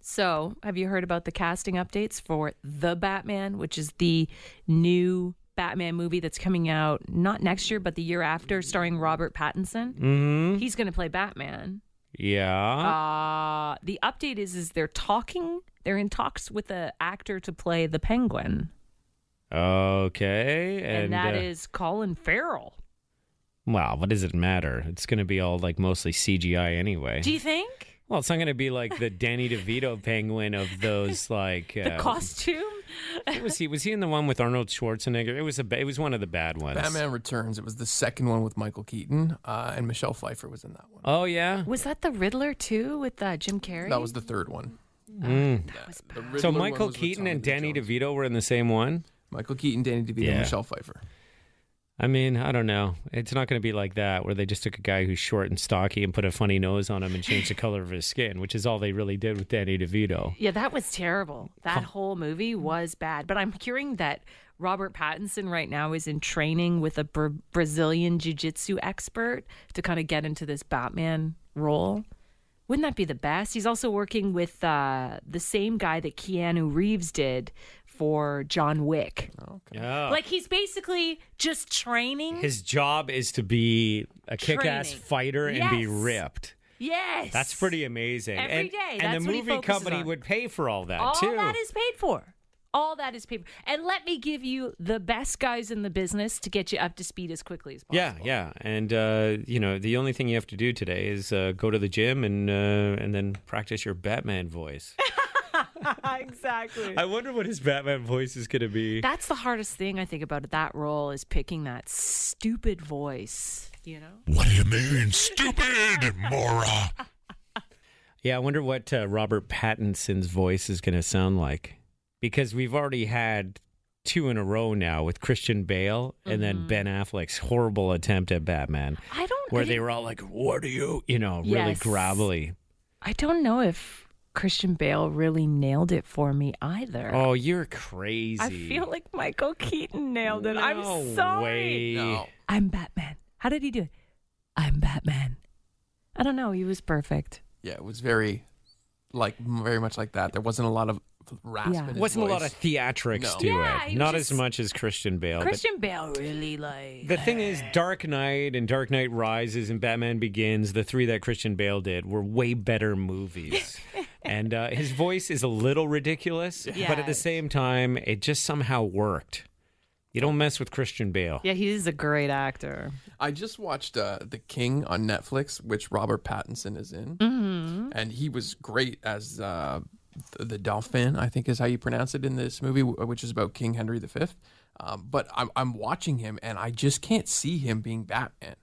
[SPEAKER 3] So, have you heard about the casting updates for The Batman, which is the new Batman movie that's coming out not next year but the year after starring Robert Pattinson?
[SPEAKER 2] Mm-hmm.
[SPEAKER 3] He's going to play Batman.
[SPEAKER 2] Yeah.
[SPEAKER 3] Uh, the update is is they're talking, they're in talks with the actor to play the Penguin,
[SPEAKER 2] okay.
[SPEAKER 3] and, that
[SPEAKER 2] uh,
[SPEAKER 3] is Colin Farrell.
[SPEAKER 2] Wow, what does it matter? It's going to be all like mostly CGI anyway.
[SPEAKER 3] Do you think?
[SPEAKER 2] well, it's not going to be like the Danny DeVito penguin of those like uh,
[SPEAKER 3] The costume?
[SPEAKER 2] what was he was he in the one with Arnold Schwarzenegger? It was a ba- it was one of the bad ones.
[SPEAKER 4] Batman Returns. It was the second one with Michael Keaton, uh, and Michelle Pfeiffer was in that one.
[SPEAKER 2] Oh yeah.
[SPEAKER 3] Was that the Riddler too with uh, Jim Carrey?
[SPEAKER 4] That was the third one.
[SPEAKER 2] Mm.
[SPEAKER 4] That
[SPEAKER 3] was
[SPEAKER 2] So Michael Keaton and Danny DeVito were in the same one?
[SPEAKER 4] Michael Keaton, Danny DeVito,
[SPEAKER 2] Yeah.
[SPEAKER 4] Michelle Pfeiffer.
[SPEAKER 2] I mean, I don't know. It's not going to be like that where they just took a guy who's short and stocky and put a funny nose on him and changed the color of his skin, which is all they really did with Danny DeVito.
[SPEAKER 3] Yeah, that was terrible. That whole movie was bad. But I'm hearing that Robert Pattinson right now is in training with a Bra- Brazilian jiu jitsu expert to kind of get into this Batman role. Wouldn't that be the best? He's also working with uh, the same guy that Keanu Reeves did for John Wick.
[SPEAKER 2] Yeah.
[SPEAKER 3] Like he's basically just training.
[SPEAKER 2] Oh. Mm-hmm. His job is to be a kick-ass
[SPEAKER 3] Training.
[SPEAKER 2] fighter and be
[SPEAKER 3] Yes.
[SPEAKER 2] ripped.
[SPEAKER 3] yes,
[SPEAKER 2] That's pretty amazing.
[SPEAKER 3] Every
[SPEAKER 2] and,
[SPEAKER 3] day,
[SPEAKER 2] and
[SPEAKER 3] that's
[SPEAKER 2] the
[SPEAKER 3] what he
[SPEAKER 2] movie
[SPEAKER 3] focuses
[SPEAKER 2] company
[SPEAKER 3] on.
[SPEAKER 2] would pay for all that
[SPEAKER 3] All
[SPEAKER 2] too.
[SPEAKER 3] that is paid for. All that is paid for. And let me give you the best guys in the business to get you up to speed as quickly as possible.
[SPEAKER 2] yeah, yeah, and uh, you know the only thing you have to do today is uh, go to the gym and uh, and then practice your Batman voice.
[SPEAKER 3] exactly.
[SPEAKER 2] I wonder what his Batman voice is going to be.
[SPEAKER 3] That's the hardest thing I think about that role is picking that stupid voice. You know,
[SPEAKER 5] What do you mean, stupid, Mora?
[SPEAKER 2] Yeah, I wonder what uh, Robert Pattinson's voice is going to sound like because we've already had two in a row now with Christian Bale and
[SPEAKER 3] Mm-hmm.
[SPEAKER 2] then Ben Affleck's horrible attempt at Batman,
[SPEAKER 3] I don't.
[SPEAKER 2] where
[SPEAKER 3] I,
[SPEAKER 2] they
[SPEAKER 3] didn't-
[SPEAKER 2] were all like, "What do you?" You know, really
[SPEAKER 3] Yes.
[SPEAKER 2] gravelly.
[SPEAKER 3] I don't know if Christian Bale really nailed it for me either.
[SPEAKER 2] Oh, you're crazy.
[SPEAKER 3] I feel like Michael Keaton nailed it.
[SPEAKER 2] No
[SPEAKER 3] I'm sorry.
[SPEAKER 2] way.
[SPEAKER 4] No.
[SPEAKER 3] I'm Batman. How did he do it? I'm Batman. I don't know. He was perfect.
[SPEAKER 4] Yeah, it was very, like, m- very much like that. There wasn't a lot of rasp.
[SPEAKER 3] Yeah.
[SPEAKER 4] in his
[SPEAKER 2] Wasn't a lot
[SPEAKER 4] voice.
[SPEAKER 2] of theatrics
[SPEAKER 4] No.
[SPEAKER 2] to it.
[SPEAKER 3] Yeah, he was
[SPEAKER 2] Not
[SPEAKER 3] just-
[SPEAKER 2] as much as Christian Bale. but-
[SPEAKER 3] Christian Bale really like.
[SPEAKER 2] The thing is, Dark Knight and Dark Knight Rises and Batman Begins, the three that Christian Bale did, were way better movies. and uh, his voice is a little ridiculous, but at the
[SPEAKER 3] Yes.
[SPEAKER 2] same time, it just somehow worked. You don't mess with Christian Bale.
[SPEAKER 3] Yeah, he is a great actor.
[SPEAKER 4] I just watched uh, The King on Netflix, which Robert Pattinson is in, and he was great as uh, th- the Dauphin, I think is how you pronounce it in this movie, wh- which is about King Henry V. Um, but I'm I'm watching him, and I just can't see him being Batman.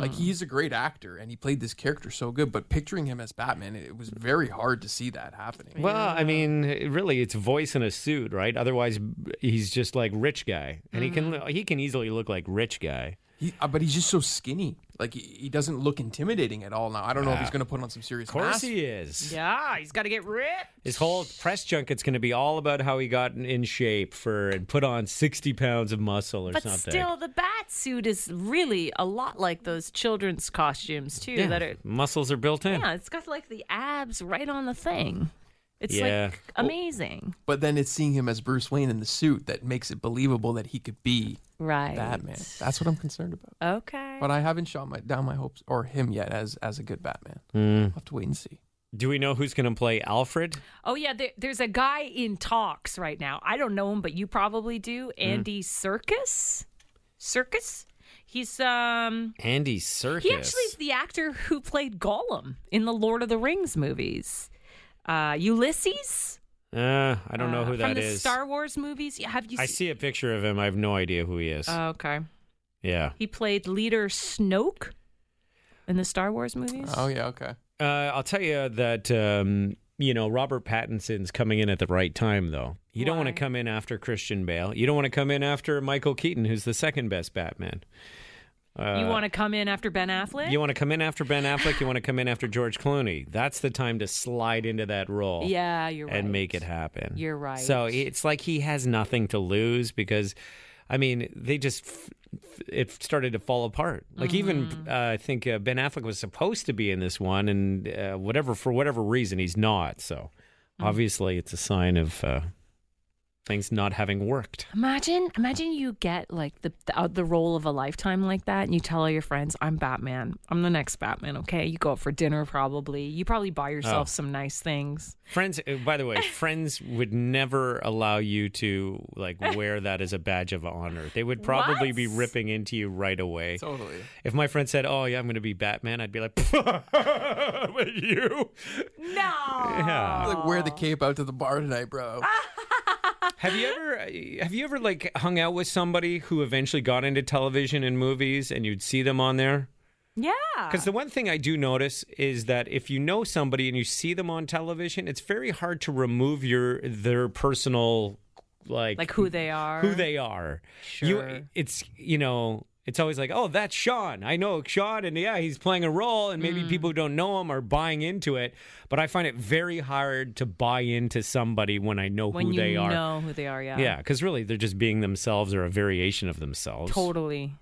[SPEAKER 4] Like he's a great actor, and he played this character so good. But picturing him as Batman, it was very hard to see that happening.
[SPEAKER 2] Well, I mean, really, it's voice in a suit, right? Otherwise, he's just like rich guy, and he
[SPEAKER 3] Mm-hmm.
[SPEAKER 2] can he can easily look like rich guy.
[SPEAKER 4] He, uh, but he's just so skinny. Like he, he doesn't look intimidating at all now. I don't know if he's going to put on some serious.
[SPEAKER 2] Of course,
[SPEAKER 4] mass
[SPEAKER 2] he is.
[SPEAKER 3] Yeah, he's got to get ripped.
[SPEAKER 2] His whole press junket's going to be all about how he got in- in shape for and put on sixty pounds of muscle or
[SPEAKER 3] But
[SPEAKER 2] something.
[SPEAKER 3] still, the bat suit is really a lot like those children's costumes too. That are
[SPEAKER 2] muscles are built in.
[SPEAKER 3] yeah, it's got like the abs right on the thing. It's
[SPEAKER 2] Yeah.
[SPEAKER 3] like amazing,
[SPEAKER 4] But then it's seeing him as Bruce Wayne in the suit that makes it believable that he could be
[SPEAKER 3] right?
[SPEAKER 4] Batman. That's what I'm concerned about.
[SPEAKER 3] Okay.
[SPEAKER 4] But I haven't shot my, down my hopes or him yet as as a good Batman.
[SPEAKER 2] Hmm.
[SPEAKER 4] I'll have to wait and see.
[SPEAKER 2] Do we know who's going to play Alfred?
[SPEAKER 3] Oh yeah, there, there's a guy in talks right now. I don't know him, but you probably do. Andy Circus. Circus. He's um.
[SPEAKER 2] Andy Serkis.
[SPEAKER 3] He actually is the actor who played Gollum in the Lord of the Rings movies. Uh, Ulysses.
[SPEAKER 2] Uh, I don't know
[SPEAKER 3] uh,
[SPEAKER 2] who
[SPEAKER 3] from
[SPEAKER 2] that
[SPEAKER 3] the
[SPEAKER 2] is.
[SPEAKER 3] Star Wars movies. Yeah, Have you?
[SPEAKER 2] I
[SPEAKER 3] se-
[SPEAKER 2] see a picture of him. I have no idea who he is.
[SPEAKER 3] Oh, okay.
[SPEAKER 2] yeah.
[SPEAKER 3] He played leader Snoke in the Star Wars movies.
[SPEAKER 4] Oh yeah, okay.
[SPEAKER 2] Uh, I'll tell you that um, you know Robert Pattinson's coming in at the right time, though. You don't want to
[SPEAKER 3] Why?
[SPEAKER 2] come in after Christian Bale. You don't want to come in after Michael Keaton, who's the second best Batman. Uh,
[SPEAKER 3] you want to come in after Ben Affleck?
[SPEAKER 2] You want to come in after Ben Affleck. You want to come in after George Clooney. That's the time to slide into that role.
[SPEAKER 3] yeah, you're right.
[SPEAKER 2] and make it happen.
[SPEAKER 3] You're right.
[SPEAKER 2] So it's like he has nothing to lose because, I mean, they just f- f- it started to fall apart. Like
[SPEAKER 3] Mm-hmm.
[SPEAKER 2] even uh, I think uh, Ben Affleck was supposed to be in this one, and uh, whatever for whatever reason he's not. So
[SPEAKER 3] Mm.
[SPEAKER 2] obviously it's a sign of uh, things not having worked.
[SPEAKER 3] Imagine, imagine you get like the the, uh, the role of a lifetime like that, and you tell all your friends, "I'm Batman. I'm the next Batman." Okay, you go out for dinner probably. You probably buy yourself
[SPEAKER 2] Oh.
[SPEAKER 3] some nice things.
[SPEAKER 2] Friends, uh, by the way, friends would never allow you to like wear that as a badge of honor. They would probably be
[SPEAKER 3] What?
[SPEAKER 2] ripping into you right away.
[SPEAKER 4] Totally.
[SPEAKER 2] If my friend said, "Oh yeah, I'm going to be Batman," I'd be like, "But "You?
[SPEAKER 3] No.
[SPEAKER 4] Like wear the cape out to the bar tonight, bro.
[SPEAKER 3] Ah!
[SPEAKER 2] Have you ever uh, have you ever like hung out with somebody who eventually got into television and movies, and you'd see them on there?
[SPEAKER 3] Yeah.
[SPEAKER 2] Because the one thing I do notice is that if you know somebody and you see them on television, it's very hard to remove your their personal like
[SPEAKER 3] like who they are.
[SPEAKER 2] who they are. You,
[SPEAKER 3] Sure.
[SPEAKER 2] it's you know it's always like, oh, that's Sean. I know Sean, and yeah, he's playing a role, and
[SPEAKER 3] Mm.
[SPEAKER 2] maybe people who don't know him are buying into it. But I find it very hard to buy into somebody when I know
[SPEAKER 3] when
[SPEAKER 2] who
[SPEAKER 3] you
[SPEAKER 2] they are.
[SPEAKER 3] know who they are. Yeah.
[SPEAKER 2] Yeah, because really, they're just being themselves or a variation of themselves.
[SPEAKER 3] Totally.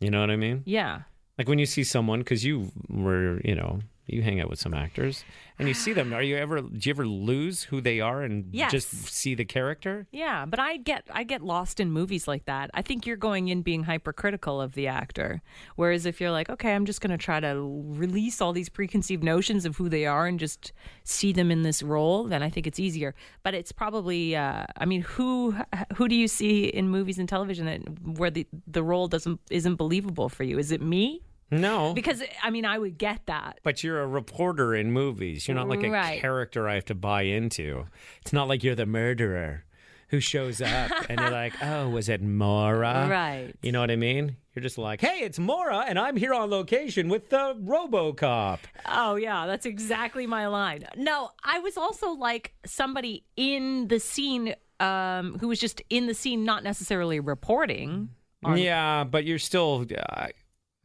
[SPEAKER 2] You know what I mean?
[SPEAKER 3] Yeah.
[SPEAKER 2] Like when you see someone, because you were, you know, you hang out with some actors, and you see them. Are you ever? Do you ever lose who they are and
[SPEAKER 3] Yes.
[SPEAKER 2] just see the character?
[SPEAKER 3] Yeah, but I get I get lost in movies like that. I think you're going in being hypercritical of the actor. Whereas if you're like, okay, I'm just going to try to release all these preconceived notions of who they are and just see them in this role, then I think it's easier. But it's probably uh, I mean, who who do you see in movies and television that where the the role doesn't isn't believable for you? Is it me?
[SPEAKER 2] No.
[SPEAKER 3] Because I mean, I would get that.
[SPEAKER 2] But you're a reporter in movies. You're not like a
[SPEAKER 3] Right.
[SPEAKER 2] character I have to buy into. It's not like you're the murderer who shows up and you're like, oh, was it Mora?
[SPEAKER 3] Right.
[SPEAKER 2] You know what I mean? You're just like, hey, it's Mora, and I'm here on location with the Robocop.
[SPEAKER 3] Oh yeah, that's exactly my line. No, I was also like somebody in the scene um who was just in the scene not necessarily reporting. on-
[SPEAKER 2] yeah, but you're still. Uh,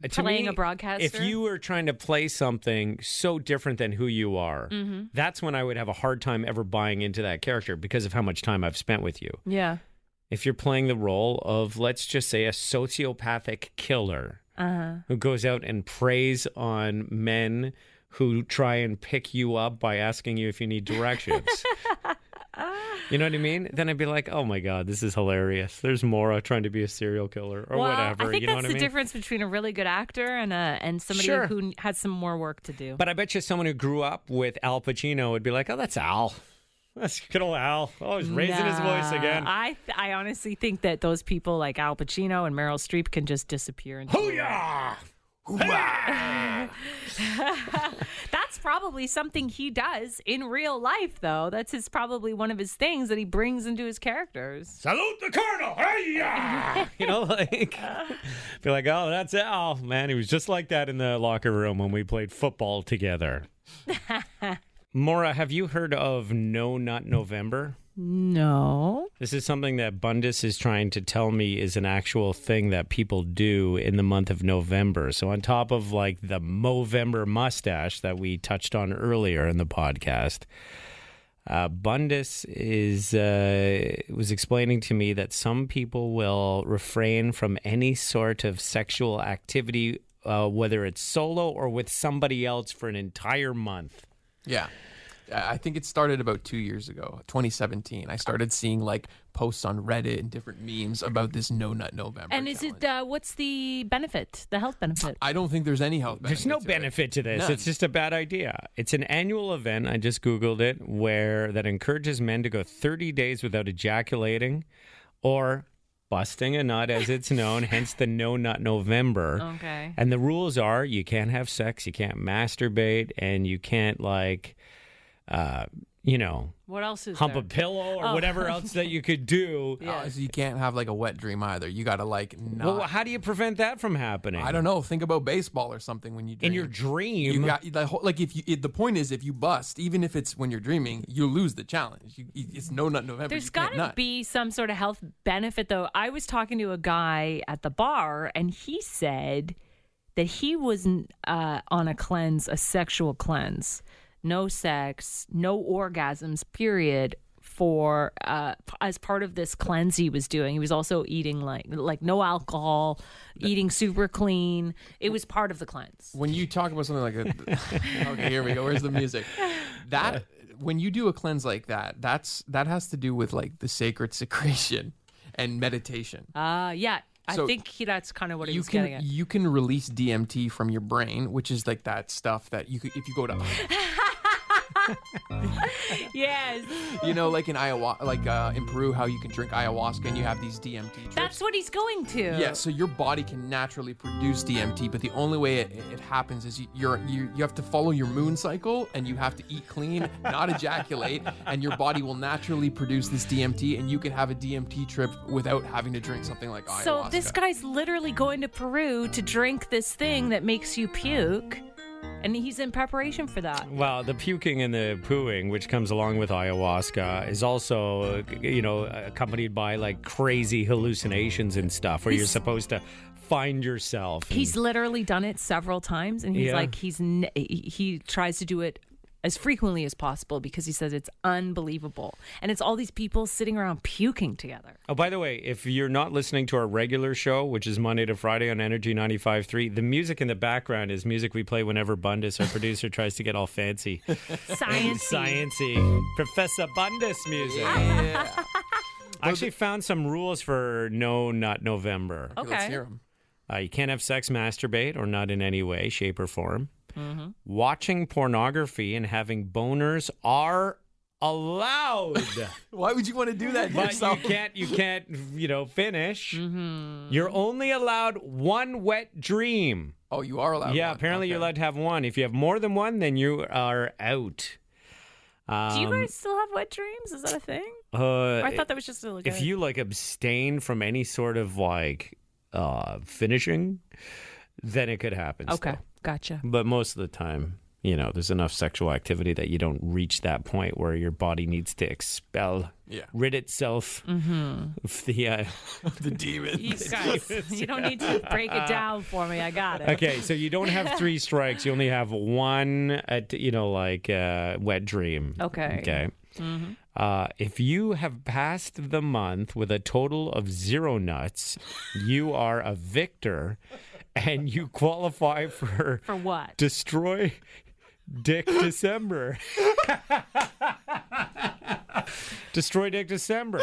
[SPEAKER 2] to
[SPEAKER 3] Playing
[SPEAKER 2] me,
[SPEAKER 3] a broadcaster?
[SPEAKER 2] If you were trying to play something so different than who you are,
[SPEAKER 3] Mm-hmm.
[SPEAKER 2] that's when I would have a hard time ever buying into that character because of how much time I've spent with you.
[SPEAKER 3] Yeah.
[SPEAKER 2] if you're playing the role of, let's just say, a sociopathic killer
[SPEAKER 3] Uh-huh.
[SPEAKER 2] who goes out and preys on men who try and pick you up by asking you if you need directions. you know what I mean? Then I'd be like, oh my God, this is hilarious. There's Mora trying to be a serial killer or
[SPEAKER 3] well,
[SPEAKER 2] whatever.
[SPEAKER 3] I think
[SPEAKER 2] you know what
[SPEAKER 3] that's the
[SPEAKER 2] I mean?
[SPEAKER 3] difference between a really good actor and a and somebody
[SPEAKER 2] Sure.
[SPEAKER 3] who n- has some more work to do.
[SPEAKER 2] But I bet you someone who grew up with Al Pacino would be like, oh, that's Al. That's good old Al. Oh, he's raising his voice
[SPEAKER 3] Nah,
[SPEAKER 2] again.
[SPEAKER 3] I th- I honestly think that those people like Al Pacino and Meryl Streep can just disappear. Into the wind.
[SPEAKER 2] Hooyah!
[SPEAKER 3] That's probably something he does in real life, though. That's his probably one of his things that he brings into his characters.
[SPEAKER 2] Salute the colonel! Hey You know, like be like, oh, that's Al, man. He was just like that in the locker room when we played football together. Mora, have you heard of No Nut November?
[SPEAKER 3] No.
[SPEAKER 2] This is something that Bundus is trying to tell me is an actual thing that people do in the month of November. So on top of like the Movember mustache that we touched on earlier in the podcast, uh, Bundus is uh, was explaining to me that some people will refrain from any sort of sexual activity, uh, whether it's solo or with somebody else, for an entire month.
[SPEAKER 4] Yeah. I I think it started about two years ago, 2017. I started seeing like posts on Reddit and different memes about this No Nut November.
[SPEAKER 3] And is it
[SPEAKER 4] challenge.
[SPEAKER 3] uh, what's the benefit? The health benefit?
[SPEAKER 4] I don't think there's any health.
[SPEAKER 2] There's no
[SPEAKER 4] to it.
[SPEAKER 2] benefit to this.
[SPEAKER 4] None.
[SPEAKER 2] It's just a bad idea. It's an annual event. I just googled it, where that encourages men to go 30 days without ejaculating, or busting a nut, as it's known. hence the No Nut November.
[SPEAKER 3] Okay.
[SPEAKER 2] And the rules are: you can't have sex, you can't masturbate, and you can't like, uh, you know,
[SPEAKER 3] What else is
[SPEAKER 2] hump
[SPEAKER 3] there?
[SPEAKER 2] a pillow or
[SPEAKER 3] Oh.
[SPEAKER 2] whatever else that you could do.
[SPEAKER 4] Uh, so you can't have like a wet dream either. You got to like not.
[SPEAKER 2] Well, how do you prevent that from happening?
[SPEAKER 4] I don't know. Think about baseball or something when you dream.
[SPEAKER 2] In your dream,
[SPEAKER 4] You got the whole, like if you it, the point is if you bust, even if it's when you're dreaming, you lose the challenge. You, it's no nut November.
[SPEAKER 3] There's
[SPEAKER 4] got
[SPEAKER 3] got to be some sort of health benefit, though. I was talking to a guy at the bar, and he said that he was uh, on a cleanse, a sexual cleanse, no sex, no orgasms, period. For uh, p- as part of this cleanse he was doing, he was also eating like like no alcohol, eating super clean. It was part of the cleanse.
[SPEAKER 4] when you talk about something like that okay here we go where's the music that when you do a cleanse like that that's that has to do with like the sacred secretion and meditation
[SPEAKER 3] Uh, yeah, I
[SPEAKER 4] So
[SPEAKER 3] think he, that's kind of what he
[SPEAKER 4] you
[SPEAKER 3] was getting
[SPEAKER 4] can
[SPEAKER 3] at.
[SPEAKER 4] you can release DMT from your brain, which is like that stuff that you could if you go to
[SPEAKER 3] yes.
[SPEAKER 4] you know like in ayahuasca like uh, in Peru how you can drink ayahuasca and you have these DMT. Trips.
[SPEAKER 3] That's what he's going to.
[SPEAKER 4] Yeah, so your body can naturally produce DMT, but the only way it, it happens is you, you're, you you have to follow your moon cycle, and you have to eat clean, not ejaculate, and your body will naturally produce this DMT, and you can have a DMT trip without having to drink something like ayahuasca.
[SPEAKER 3] So this guy's literally going to Peru to drink this thing that makes you puke, and he's in preparation for that.
[SPEAKER 2] Well, the puking and the pooing, which comes along with ayahuasca, is also, uh, you know, accompanied by like crazy hallucinations and stuff where you're supposed to find yourself. and-
[SPEAKER 3] He's literally done it several times, and he's
[SPEAKER 2] Yeah.
[SPEAKER 3] like, he's n- he he tries to do it as frequently as possible because he says it's unbelievable, and it's all these people sitting around puking together.
[SPEAKER 2] Oh, by the way, if you're not listening to our regular show, which is Monday to Friday on Energy 95.3, the music in the background is music we play whenever Bundus, our producer, tries to get all fancy.
[SPEAKER 3] Science.
[SPEAKER 2] Sciency. Professor Bundus music. I actually found some rules for No Not November.
[SPEAKER 3] Okay.
[SPEAKER 4] Let's hear 'em.
[SPEAKER 2] Uh, you can't have sex, masturbate, or not in any way, shape, or form.
[SPEAKER 3] Mm-hmm.
[SPEAKER 2] Watching pornography and having boners are allowed,
[SPEAKER 4] Why would you want to do that to
[SPEAKER 2] but you
[SPEAKER 4] yourself?
[SPEAKER 2] can't. You can't. You know, finish.
[SPEAKER 3] Mm-hmm.
[SPEAKER 2] You're only allowed one wet dream.
[SPEAKER 4] Oh, you are allowed.
[SPEAKER 2] yeah,
[SPEAKER 4] one.
[SPEAKER 2] apparently you're
[SPEAKER 4] Okay.
[SPEAKER 2] allowed to have one. If you have more than one, then you are out. Um,
[SPEAKER 3] Do you guys still have wet dreams? Is that a thing?
[SPEAKER 2] uh,
[SPEAKER 3] Or I thought that was just a like
[SPEAKER 2] if
[SPEAKER 3] a-
[SPEAKER 2] you like abstain from any sort of like uh finishing then it could happen
[SPEAKER 3] Okay,
[SPEAKER 2] still.
[SPEAKER 3] gotcha.
[SPEAKER 2] but most of the time you know there's enough sexual activity that you don't reach that point where your body needs to expel
[SPEAKER 4] Yeah.
[SPEAKER 2] rid itself of the uh,
[SPEAKER 4] The demon.
[SPEAKER 3] You guys, you don't need to break it down for me. I got it.
[SPEAKER 2] okay so you don't have three strikes you only have one uh, t- you know like uh wet dream
[SPEAKER 3] Okay. Mm-hmm.
[SPEAKER 2] okay Uh, if you have passed the month with a total of zero nuts, you are a victor and you qualify for
[SPEAKER 3] For what?
[SPEAKER 2] Destroy Dick December. destroy Dick December.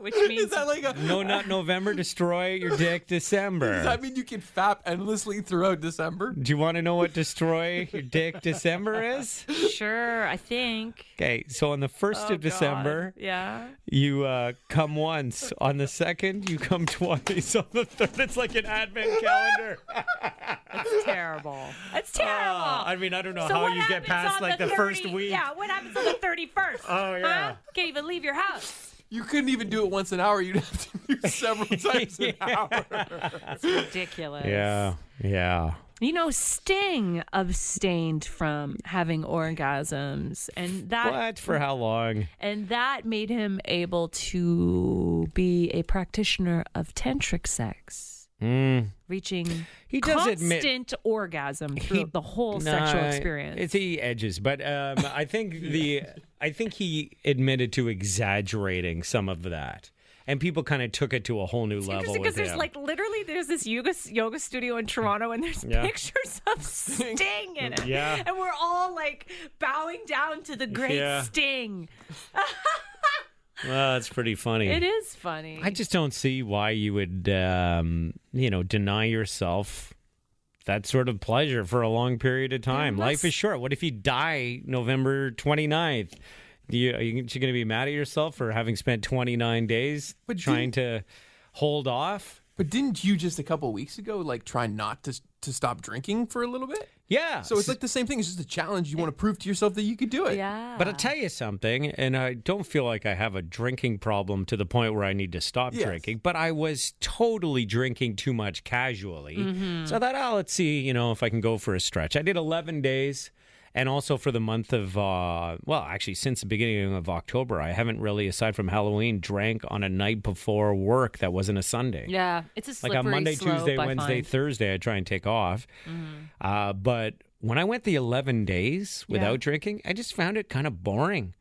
[SPEAKER 3] Which means
[SPEAKER 4] Is that like a?
[SPEAKER 2] No, not November. Destroy your Dick December.
[SPEAKER 4] Does that mean you can fap endlessly throughout December?
[SPEAKER 2] Do you want to know what destroy your dick December is?
[SPEAKER 3] sure. I think.
[SPEAKER 2] Okay, so on the first
[SPEAKER 3] Oh,
[SPEAKER 2] of December,
[SPEAKER 3] God. Yeah.
[SPEAKER 2] you uh, come once. On the second, you come twice. On the third, it's like an advent calendar.
[SPEAKER 3] It's terrible. It's terrible.
[SPEAKER 2] Ah, I mean, I don't know
[SPEAKER 3] So
[SPEAKER 2] how
[SPEAKER 3] what
[SPEAKER 2] you get
[SPEAKER 3] happens
[SPEAKER 2] past
[SPEAKER 3] on
[SPEAKER 2] like the,
[SPEAKER 3] 30
[SPEAKER 2] first week.
[SPEAKER 3] Yeah, what happens on the thirty first?
[SPEAKER 2] Oh, yeah.
[SPEAKER 3] Huh? Can't even leave your house.
[SPEAKER 4] You couldn't even do it once an hour. You'd have to do several times an hour.
[SPEAKER 3] Ridiculous.
[SPEAKER 2] Yeah, yeah.
[SPEAKER 3] You know, Sting abstained from having orgasms, and that
[SPEAKER 2] What for? How long?
[SPEAKER 3] and that made him able to be a practitioner of tantric sex,
[SPEAKER 2] Mm.
[SPEAKER 3] reaching
[SPEAKER 2] He does
[SPEAKER 3] constant
[SPEAKER 2] admit
[SPEAKER 3] orgasm throughout the whole
[SPEAKER 2] Nah,
[SPEAKER 3] sexual experience.
[SPEAKER 2] It's he edges, but um, I think the I think he admitted to exaggerating some of that, and people kind of took it to a whole new level.
[SPEAKER 3] Interesting
[SPEAKER 2] with
[SPEAKER 3] because there's
[SPEAKER 2] him.
[SPEAKER 3] like literally there's this yoga yoga studio in Toronto and there's
[SPEAKER 2] Yeah.
[SPEAKER 3] pictures of Sting in it.
[SPEAKER 2] Yeah.
[SPEAKER 3] And we're all like bowing down to the great
[SPEAKER 2] Yeah.
[SPEAKER 3] Sting.
[SPEAKER 2] well, it's pretty funny.
[SPEAKER 3] It is funny.
[SPEAKER 2] I just don't see why you would, um, you know, deny yourself that sort of pleasure for a long period of time. Life is short. What if you die November 29th? Do you, are you going to be mad at yourself for having spent 29 days
[SPEAKER 4] But
[SPEAKER 2] trying to hold off?
[SPEAKER 4] But didn't you just a couple weeks ago like try not to to stop drinking for a little bit?
[SPEAKER 2] Yeah.
[SPEAKER 4] So it's like the same thing. It's just a challenge. You want to prove to yourself that you could do it.
[SPEAKER 3] yeah.
[SPEAKER 2] But I'll tell you something, and I don't feel like I have a drinking problem to the point where I need to stop
[SPEAKER 4] Yes.
[SPEAKER 2] drinking, but I was totally drinking too much casually. So I thought, oh, let's see, you know, if I can go for a stretch. I did 11 days. And also for the month of, uh, well, actually, since the beginning of October, I haven't really, aside from Halloween, drank on a night before work that wasn't a Sunday
[SPEAKER 3] yeah, it's a
[SPEAKER 2] like
[SPEAKER 3] slippery
[SPEAKER 2] on Monday,
[SPEAKER 3] slope,
[SPEAKER 2] Tuesday,
[SPEAKER 3] I
[SPEAKER 2] Wednesday,
[SPEAKER 3] find. Mm-hmm.
[SPEAKER 2] Thursday, I try and take off. Uh, but when I went the 11 days without drinking, I just found it kind of boring.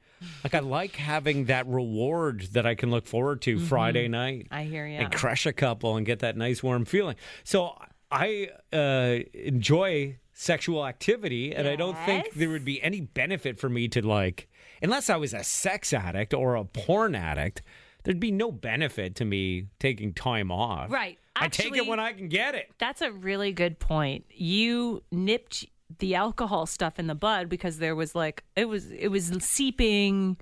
[SPEAKER 2] Like I like having that reward that I can look forward to Friday night
[SPEAKER 3] Mm-hmm. I hear you.
[SPEAKER 2] and crush a couple and get that nice warm feeling. So I uh, enjoy sexual activity, and I don't think
[SPEAKER 3] Yes.
[SPEAKER 2] there would be any benefit for me to like, unless I was a sex addict or a porn addict. There'd be no benefit to me taking time off.
[SPEAKER 3] Right.
[SPEAKER 2] I take it
[SPEAKER 3] Actually-
[SPEAKER 2] when I can get it.
[SPEAKER 3] That's a really good point. You nipped the alcohol stuff in the bud because there was like it was it was seeping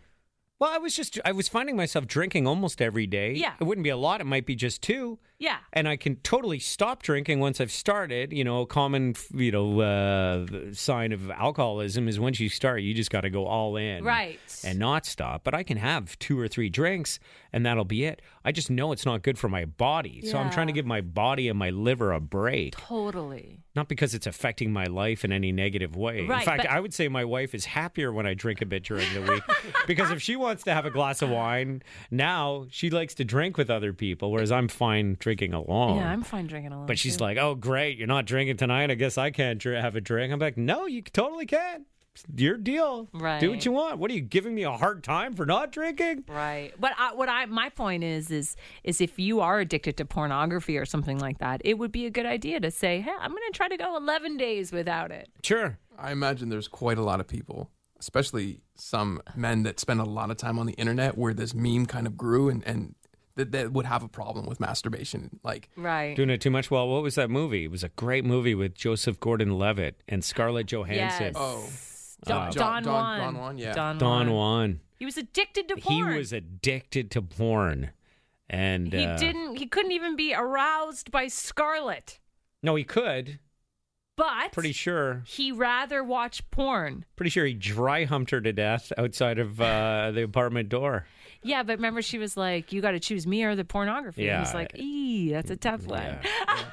[SPEAKER 2] Well, I was just I was finding myself drinking almost every day.
[SPEAKER 3] Yeah.
[SPEAKER 2] It wouldn't be a lot, it might be just two.
[SPEAKER 3] yeah
[SPEAKER 2] and I can totally stop drinking once I've started. You know, a common f- you know uh, sign of alcoholism is once you start, you just got to go all in,
[SPEAKER 3] Right.
[SPEAKER 2] and not stop. But I can have two or three drinks, and that'll be it. I just know it's not good for my body, so I'm trying to
[SPEAKER 3] Yeah.
[SPEAKER 2] give my body and my liver a break.
[SPEAKER 3] totally
[SPEAKER 2] Not because it's affecting my life in any negative way. in
[SPEAKER 3] Right,
[SPEAKER 2] fact,
[SPEAKER 3] but-
[SPEAKER 2] I would say my wife is happier when I drink a bit during the week because if she wants to have a glass of wine now, she likes to drink with other people, whereas I'm fine drinking alone.
[SPEAKER 3] Yeah, I'm fine drinking alone.
[SPEAKER 2] Oh. but she's
[SPEAKER 3] too.
[SPEAKER 2] like, "Oh, great, you're not drinking tonight. I guess I can't dr- have a drink." I'm like, "No, you totally can. It's your deal. Do what
[SPEAKER 3] Right.
[SPEAKER 2] you want. What are you giving me a hard time for not drinking?"
[SPEAKER 3] right. But I, what I my point is is is if you are addicted to pornography or something like that, it would be a good idea to say, "Hey, I'm going to try to go 11 days without it."
[SPEAKER 2] Sure.
[SPEAKER 4] I imagine there's quite a lot of people, especially some men that spend a lot of time on the internet where this meme kind of grew and, and that, that would have a problem with masturbation. Like,
[SPEAKER 3] Right.
[SPEAKER 2] Doing it too much. Well, what was that movie? It was a great movie with Joseph Gordon-Levitt and Scarlett Johansson.
[SPEAKER 3] Yes.
[SPEAKER 4] Oh.
[SPEAKER 3] Don,
[SPEAKER 4] Uh,
[SPEAKER 3] Don,
[SPEAKER 4] Don- Don-
[SPEAKER 3] Juan.
[SPEAKER 4] Don Juan, yeah.
[SPEAKER 3] Don,
[SPEAKER 2] Don
[SPEAKER 3] Juan.
[SPEAKER 2] Juan.
[SPEAKER 3] He was addicted to
[SPEAKER 2] He
[SPEAKER 3] porn.
[SPEAKER 2] was addicted to porn, and
[SPEAKER 3] He
[SPEAKER 2] uh,
[SPEAKER 3] didn't. He couldn't even be aroused by Scarlet.
[SPEAKER 2] No, he could.
[SPEAKER 3] But
[SPEAKER 2] Pretty sure.
[SPEAKER 3] he rather watch porn.
[SPEAKER 2] Pretty sure he dry humped her to death outside of uh, the apartment door.
[SPEAKER 3] Yeah, but remember she was like, "You got to choose me or the pornography." And
[SPEAKER 2] Yeah. Mm,
[SPEAKER 3] he's like, "Ee, that's a tough one."
[SPEAKER 2] Yeah.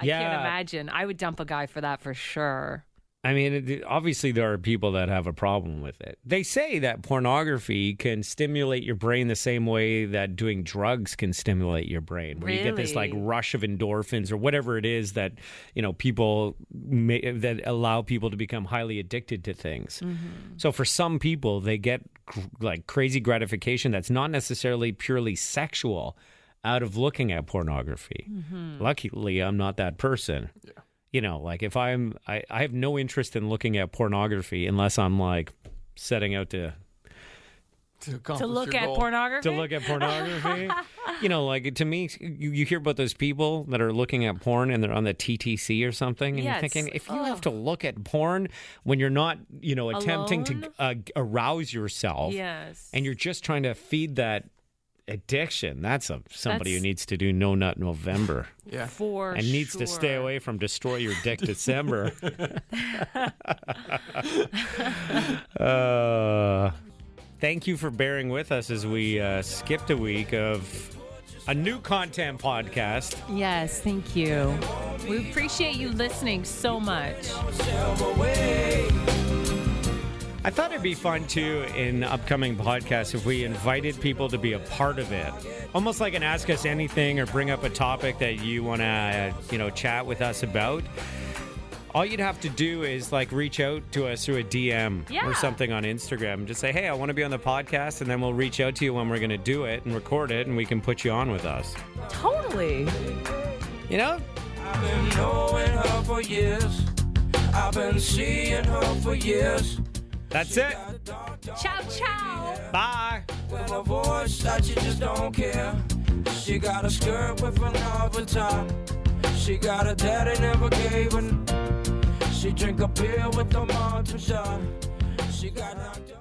[SPEAKER 3] I
[SPEAKER 2] Yeah.
[SPEAKER 3] can't imagine. I would dump a guy for that for sure.
[SPEAKER 2] I mean, it, obviously, there are people that have a problem with it. They say that pornography can stimulate your brain the same way that doing drugs can stimulate your brain, where you get this like
[SPEAKER 3] Really?
[SPEAKER 2] rush of endorphins or whatever it is that you know people may, that allow people to become highly addicted to things. So for some people, they get gr- like crazy gratification that's not necessarily purely sexual out of looking at pornography. Luckily, I'm not that person you know, like if I'm, I, I have no interest in looking at pornography unless I'm like setting out to
[SPEAKER 4] to,
[SPEAKER 3] to
[SPEAKER 4] accomplish
[SPEAKER 3] look
[SPEAKER 4] Oh, your
[SPEAKER 3] at
[SPEAKER 4] goal.
[SPEAKER 3] pornography.
[SPEAKER 2] to look at pornography. you know, like to me, you, you hear about those people that are looking at porn and they're on the TTC or something, and
[SPEAKER 3] Yeah,
[SPEAKER 2] you're
[SPEAKER 3] it's
[SPEAKER 2] thinking
[SPEAKER 3] like,
[SPEAKER 2] if you have to look at porn when you're not, you know, attempting
[SPEAKER 3] Alone?
[SPEAKER 2] to uh, arouse yourself,
[SPEAKER 3] Yes.
[SPEAKER 2] and you're just trying to feed that addiction. That's a somebody who
[SPEAKER 3] That's-
[SPEAKER 2] needs to do no nut November
[SPEAKER 4] Yeah.
[SPEAKER 3] for
[SPEAKER 2] and needs to stay
[SPEAKER 3] sure.
[SPEAKER 2] away from destroy your dick December. uh, thank you for bearing with us as we uh, skipped a week of a new content podcast.
[SPEAKER 3] Yes, thank you. We appreciate you listening so much.
[SPEAKER 2] I thought it'd be fun too in upcoming podcasts if we invited people to be a part of it. Almost like an ask us anything or bring up a topic that you want to, uh, you know, chat with us about. All you'd have to do is like reach out to us through a DM
[SPEAKER 3] Yeah.
[SPEAKER 2] or something on Instagram. Just say, hey, I want to be on the podcast. And then we'll reach out to you when we're going to do it and record it and we can put you on with us.
[SPEAKER 3] Totally.
[SPEAKER 2] You know?
[SPEAKER 1] I've been knowing her for years. I've been seeing her for years.
[SPEAKER 2] That's it.
[SPEAKER 3] Ciao, ciao.
[SPEAKER 2] Bye.
[SPEAKER 1] With a voice that you just don't care. She got a skirt with an avatar. She got a daddy never gave her. She drink a beer with a mountain shot. She got knocked out.